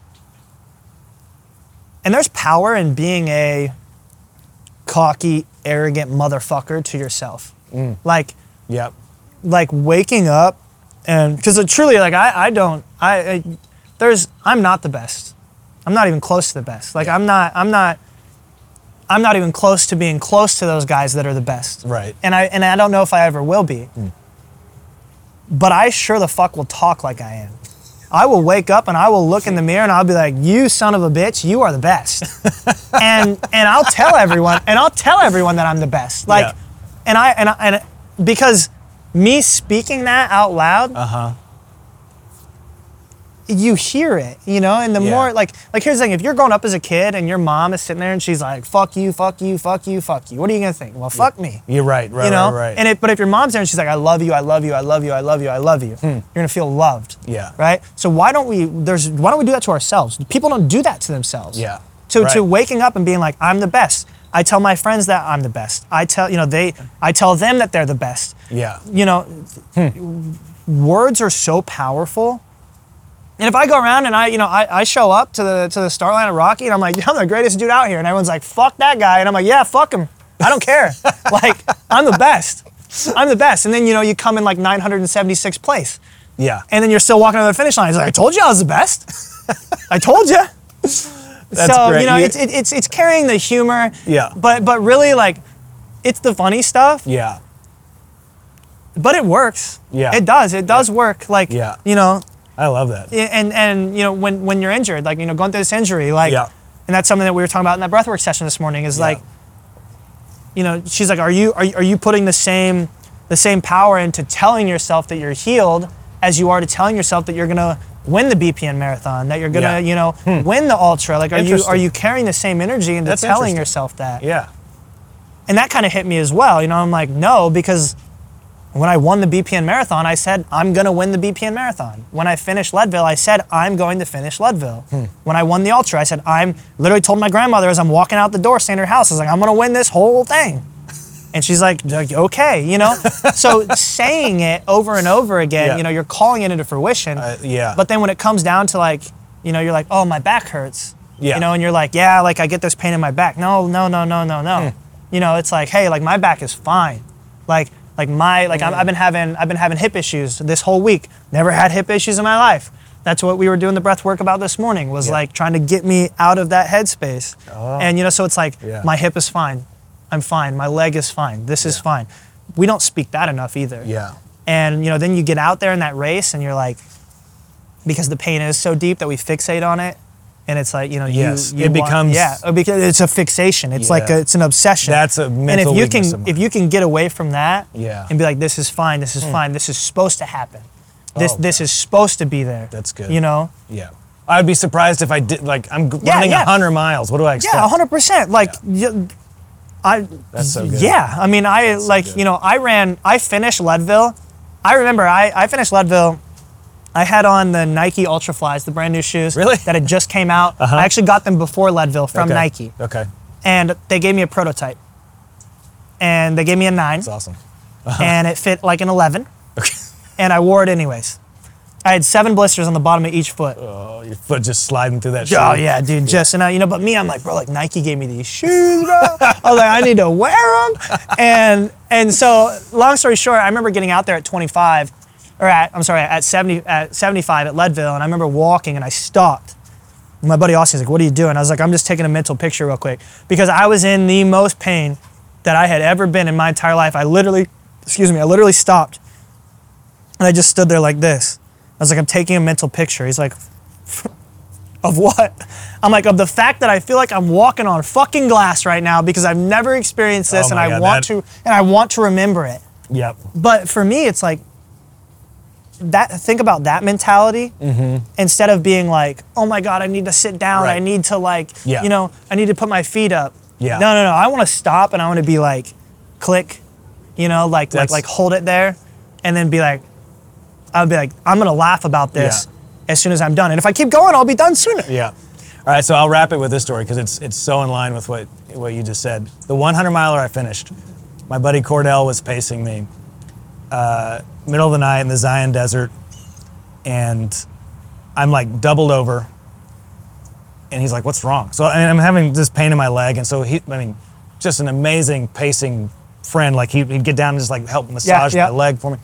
Speaker 2: and there's power in being a cocky, arrogant motherfucker to yourself. Like
Speaker 1: Yep.
Speaker 2: like waking up and because truly like I, I don't I, I there's I'm not the best. I'm not even close to the best. Like I'm not I'm not I'm not even close to being close to those guys that are the best.
Speaker 1: Right. Hmm.
Speaker 2: And I and I don't know if I ever will be. But I sure the fuck will talk like I am. I will wake up and I will look in the mirror and I'll be like, "You son of a bitch, you are the best." and and I'll tell everyone and I'll tell everyone that I'm the best. Like
Speaker 1: Yeah.
Speaker 2: and I and I, and because me speaking that out loud,
Speaker 1: Uh huh.
Speaker 2: you hear it, you know, and the
Speaker 1: Yeah.
Speaker 2: more like like here's the thing, if you're growing up as a kid and your mom is sitting there and she's like, "Fuck you, fuck you, fuck you, fuck you." What are you going to think? Well, fuck me.
Speaker 1: You're right. Right.
Speaker 2: you know?
Speaker 1: Right. right.
Speaker 2: And it, but if your mom's there and she's like, "I love you, I love you, I love you, I love you, I love you." You're going to feel loved.
Speaker 1: Hmm. Yeah.
Speaker 2: Right? So why don't we there's why don't we do that to ourselves? People don't do that to themselves.
Speaker 1: Yeah.
Speaker 2: To to
Speaker 1: Right.
Speaker 2: waking up and being like, I'm the best. I tell my friends that I'm the best. I tell you know they I tell them that they're the best.
Speaker 1: yeah.
Speaker 2: You know,
Speaker 1: Hmm.
Speaker 2: words are so powerful. And if I go around and I you know I, I show up to the to the start line of Rocky and I'm like, I'm the greatest dude out here, and everyone's like, fuck that guy, and I'm like, yeah, fuck him. I don't care. like I'm the best. I'm the best. And then you know you come in like 976th place.
Speaker 1: Yeah.
Speaker 2: And then you're still walking over the finish line. He's like, I told you I was the best. I told you.
Speaker 1: That's
Speaker 2: so
Speaker 1: great.
Speaker 2: you know,
Speaker 1: You-
Speaker 2: it's it, it's it's carrying the humor.
Speaker 1: Yeah.
Speaker 2: But but really, like, it's the funny stuff.
Speaker 1: yeah.
Speaker 2: But it works.
Speaker 1: Yeah.
Speaker 2: It does. It does work. Like.
Speaker 1: Yeah.
Speaker 2: You know,
Speaker 1: I love that.
Speaker 2: i- and and you know when when you're injured, like you know going through this injury, like,
Speaker 1: Yeah.
Speaker 2: and that's something that we were talking about in that breathwork session this morning. Is
Speaker 1: Yeah.
Speaker 2: like, you know, she's like, are you are you, are you putting the same the same power into telling yourself that you're healed as you are to telling yourself that you're gonna win the BPN marathon, that you're
Speaker 1: Yeah.
Speaker 2: gonna,
Speaker 1: Hmm.
Speaker 2: you know, win the ultra. Like, are you
Speaker 1: Interesting.
Speaker 2: are you carrying the same energy into
Speaker 1: That's interesting.
Speaker 2: telling yourself that?
Speaker 1: Yeah.
Speaker 2: and that kind of hit me as well. You know, I'm like, no, because when I won the BPN marathon, I said I'm going to win the BPN marathon. When I finished Leadville, I said I'm going to finish Leadville. When I won the ultra, I said I'm literally told my grandmother as I'm walking out the door, staying at her house, I was like, I'm going to win this whole thing. And she's like, like, okay, you know. so saying it over and over again,
Speaker 1: Yeah.
Speaker 2: you know, you're calling it into fruition.
Speaker 1: Uh, yeah.
Speaker 2: But then when it comes down to like, you know, you're like, oh, my back hurts.
Speaker 1: Yeah.
Speaker 2: You know, and you're like, yeah, like I get this pain in my back. No, no, no, no, no,
Speaker 1: Hmm.
Speaker 2: no. You know, it's like, hey, like my back is fine. Like, like my, like I'm, I've been having, I've been having hip issues this whole week. Never had hip issues in my life. That's what we were doing the breath work about this morning was
Speaker 1: Yeah. Oh.
Speaker 2: like trying to get me out of that headspace. And you know, so it's like
Speaker 1: Yeah.
Speaker 2: my hip is fine, I'm fine. My leg is fine. This is
Speaker 1: Yeah.
Speaker 2: fine. We don't speak that enough either.
Speaker 1: Yeah.
Speaker 2: And you know, then you get out there in that race and you're like, because the pain is so deep that we fixate on it, and it's like you know, you-
Speaker 1: Yes,
Speaker 2: you
Speaker 1: it
Speaker 2: want-
Speaker 1: becomes-
Speaker 2: yeah, uh, because it's a fixation. It's like
Speaker 1: Yeah.
Speaker 2: a, it's an obsession.
Speaker 1: That's a
Speaker 2: and if
Speaker 1: mental
Speaker 2: you
Speaker 1: weakness of
Speaker 2: can
Speaker 1: mine.
Speaker 2: if you can get away from that,
Speaker 1: Yeah. Hmm.
Speaker 2: and be like, this is fine, this is fine, this is supposed to happen, this
Speaker 1: Oh,
Speaker 2: this
Speaker 1: yeah.
Speaker 2: is supposed to be there.
Speaker 1: That's good.
Speaker 2: You know,
Speaker 1: Yeah. I would be surprised if I did. Like, I'm g
Speaker 2: Yeah,
Speaker 1: running
Speaker 2: yeah.
Speaker 1: 100 miles. What do I expect?
Speaker 2: yeah, hundred percent. Like, y- I
Speaker 1: That's so good.
Speaker 2: Yeah, I mean, I
Speaker 1: so
Speaker 2: like
Speaker 1: good.
Speaker 2: you know, I ran, I finished Leadville. I remember I, I finished Leadville. I had on the Nike Ultraflies, the brand new shoes
Speaker 1: Really? Uh-huh.
Speaker 2: that had just came out. I actually got them before Leadville from
Speaker 1: Okay.
Speaker 2: Nike,
Speaker 1: Okay.
Speaker 2: and they gave me a prototype, and they gave me a nine,
Speaker 1: That's awesome.
Speaker 2: and it fit like an eleven, and I wore it anyways. I had seven blisters on the bottom of each foot.
Speaker 1: Oh, your foot just sliding through that shoe.
Speaker 2: Oh yeah, dude. Just and I, you know, but me, I'm like, bro, like Nike gave me these shoes, bro. I was like, I need to wear them. And and so, long story short, I remember getting out there at 25, or at I'm sorry, at 70, at 75 at Leadville, and I remember walking and I stopped. And my buddy Austin's like, "What are you doing?" I was like, "I'm just taking a mental picture real quick because I was in the most pain that I had ever been in my entire life. I literally, excuse me, I literally stopped and I just stood there like this. I was like, "I'm taking a mental picture." He's like, of what? I'm like, of the fact that I feel like I'm walking on fucking glass right now because I've never experienced this
Speaker 1: Oh
Speaker 2: and
Speaker 1: my
Speaker 2: I
Speaker 1: God,
Speaker 2: want
Speaker 1: that-
Speaker 2: to and I want to remember it.
Speaker 1: Yep.
Speaker 2: But for me, it's like that think about that mentality instead of being like, oh my God, I need to sit down. I
Speaker 1: Mm-hmm. Right.
Speaker 2: need to like,
Speaker 1: Yeah.
Speaker 2: you know, I need to put my feet up.
Speaker 1: Yeah.
Speaker 2: No, no, no. I want to stop and I want to be like, click, you know, like
Speaker 1: That's-
Speaker 2: like like hold it there and then be like, I'll be like, I'm gonna laugh about this as soon as I'm done. And if I keep going, I'll be done sooner.
Speaker 1: Yeah. All right, so I'll wrap it with this story because it's it's so in line with what what you just said. The 100 miler I finished. My buddy Cordell was pacing me, uh, middle of the night in the Zion Desert, and I'm like doubled over. And he's like, "What's wrong?" So and I'm having this pain in my leg, and so he, I mean, just an amazing pacing friend. Like he, he'd get down and just like help massage
Speaker 2: yeah.
Speaker 1: my leg for me.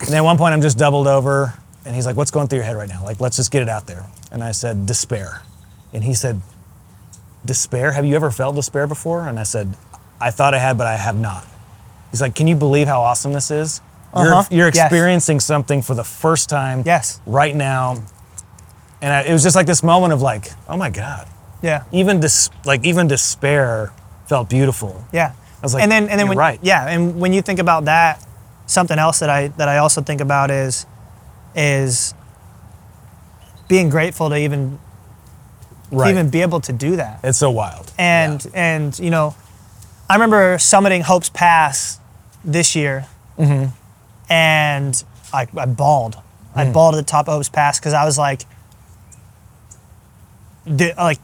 Speaker 1: And then at one point, I'm just doubled over, and he's like, "What's going through your head right now? Like, let's just get it out there." And I said, "Despair," and he said, "Despair? Have you ever felt despair before?" And I said, "I thought I had, but I have not." He's like, "Can you believe how awesome this is?
Speaker 2: Uh-huh.
Speaker 1: You're, you're
Speaker 2: Yes.
Speaker 1: experiencing something for the first time,
Speaker 2: Yes.
Speaker 1: right now." And I, it was just like this moment of like, "Oh my God!"
Speaker 2: Yeah.
Speaker 1: Even dis- like even despair felt beautiful.
Speaker 2: Yeah.
Speaker 1: I was like,
Speaker 2: and then and then
Speaker 1: "You're
Speaker 2: when,
Speaker 1: right."
Speaker 2: yeah, and when you think about that, something else that I that I also think about is is being grateful to even
Speaker 1: Right.
Speaker 2: even be able to do that.
Speaker 1: it's so wild.
Speaker 2: And and you know, I remember summiting Hope's Pass this year,
Speaker 1: Mm-hmm.
Speaker 2: and I, I bawled. I
Speaker 1: Mm.
Speaker 2: bawled at the top of Hope's Pass because I was like, "Dude, like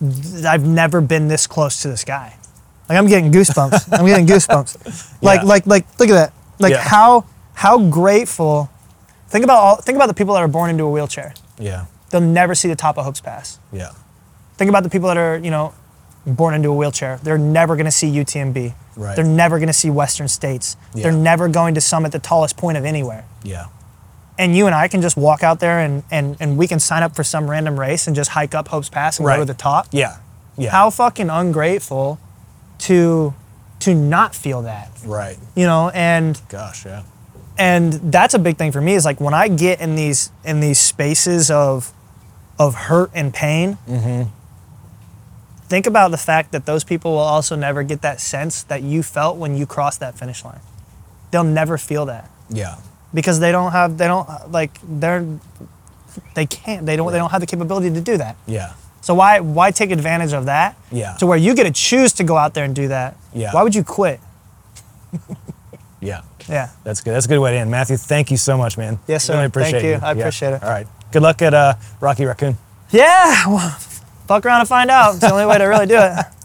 Speaker 2: I've never been this close to this guy. Like I'm getting goosebumps. I'm getting goosebumps. Like
Speaker 1: Yeah.
Speaker 2: like like look at that. Like
Speaker 1: Yeah.
Speaker 2: how how grateful. Think about all, think about the people that are born into a wheelchair.
Speaker 1: yeah,
Speaker 2: They'll never see the top of Hope's Pass
Speaker 1: yeah,
Speaker 2: think about the people that are you know born into a wheelchair they're never going to see utmb
Speaker 1: Right.
Speaker 2: they're never going to see western states
Speaker 1: Yeah.
Speaker 2: they're never going to summit the tallest point of anywhere
Speaker 1: yeah,
Speaker 2: and you and i can just walk out there and and, and we can sign up for some random race and just hike up hope's pass and
Speaker 1: Right.
Speaker 2: go to the top
Speaker 1: yeah, yeah.
Speaker 2: how fucking ungrateful to to not feel that
Speaker 1: Right.
Speaker 2: you know and
Speaker 1: Gosh. Yeah.
Speaker 2: and that's a big thing for me is like when I get in these in these spaces of of hurt and pain.
Speaker 1: Mm-hmm.
Speaker 2: Think about the fact that those people will also never get that sense that you felt when you crossed that finish line. they'll never feel that
Speaker 1: Yeah.
Speaker 2: because they don't have they don't like they're they can't they don't they don't have the capability to do that.
Speaker 1: Yeah.
Speaker 2: So why why take advantage of that?
Speaker 1: Yeah.
Speaker 2: To where you get to choose to go out there and do that.
Speaker 1: Yeah.
Speaker 2: Why would you quit?
Speaker 1: Yeah.
Speaker 2: Yeah.
Speaker 1: That's good. That's a good way to end. Matthew, thank you so much, man.
Speaker 2: Yes, sir.
Speaker 1: Really appreciate
Speaker 2: Thank you.
Speaker 1: you.
Speaker 2: I appreciate it.
Speaker 1: All right. Good luck at uh, Rocky Raccoon.
Speaker 2: Yeah. Well, fuck around and find out. It's the only way to really do it.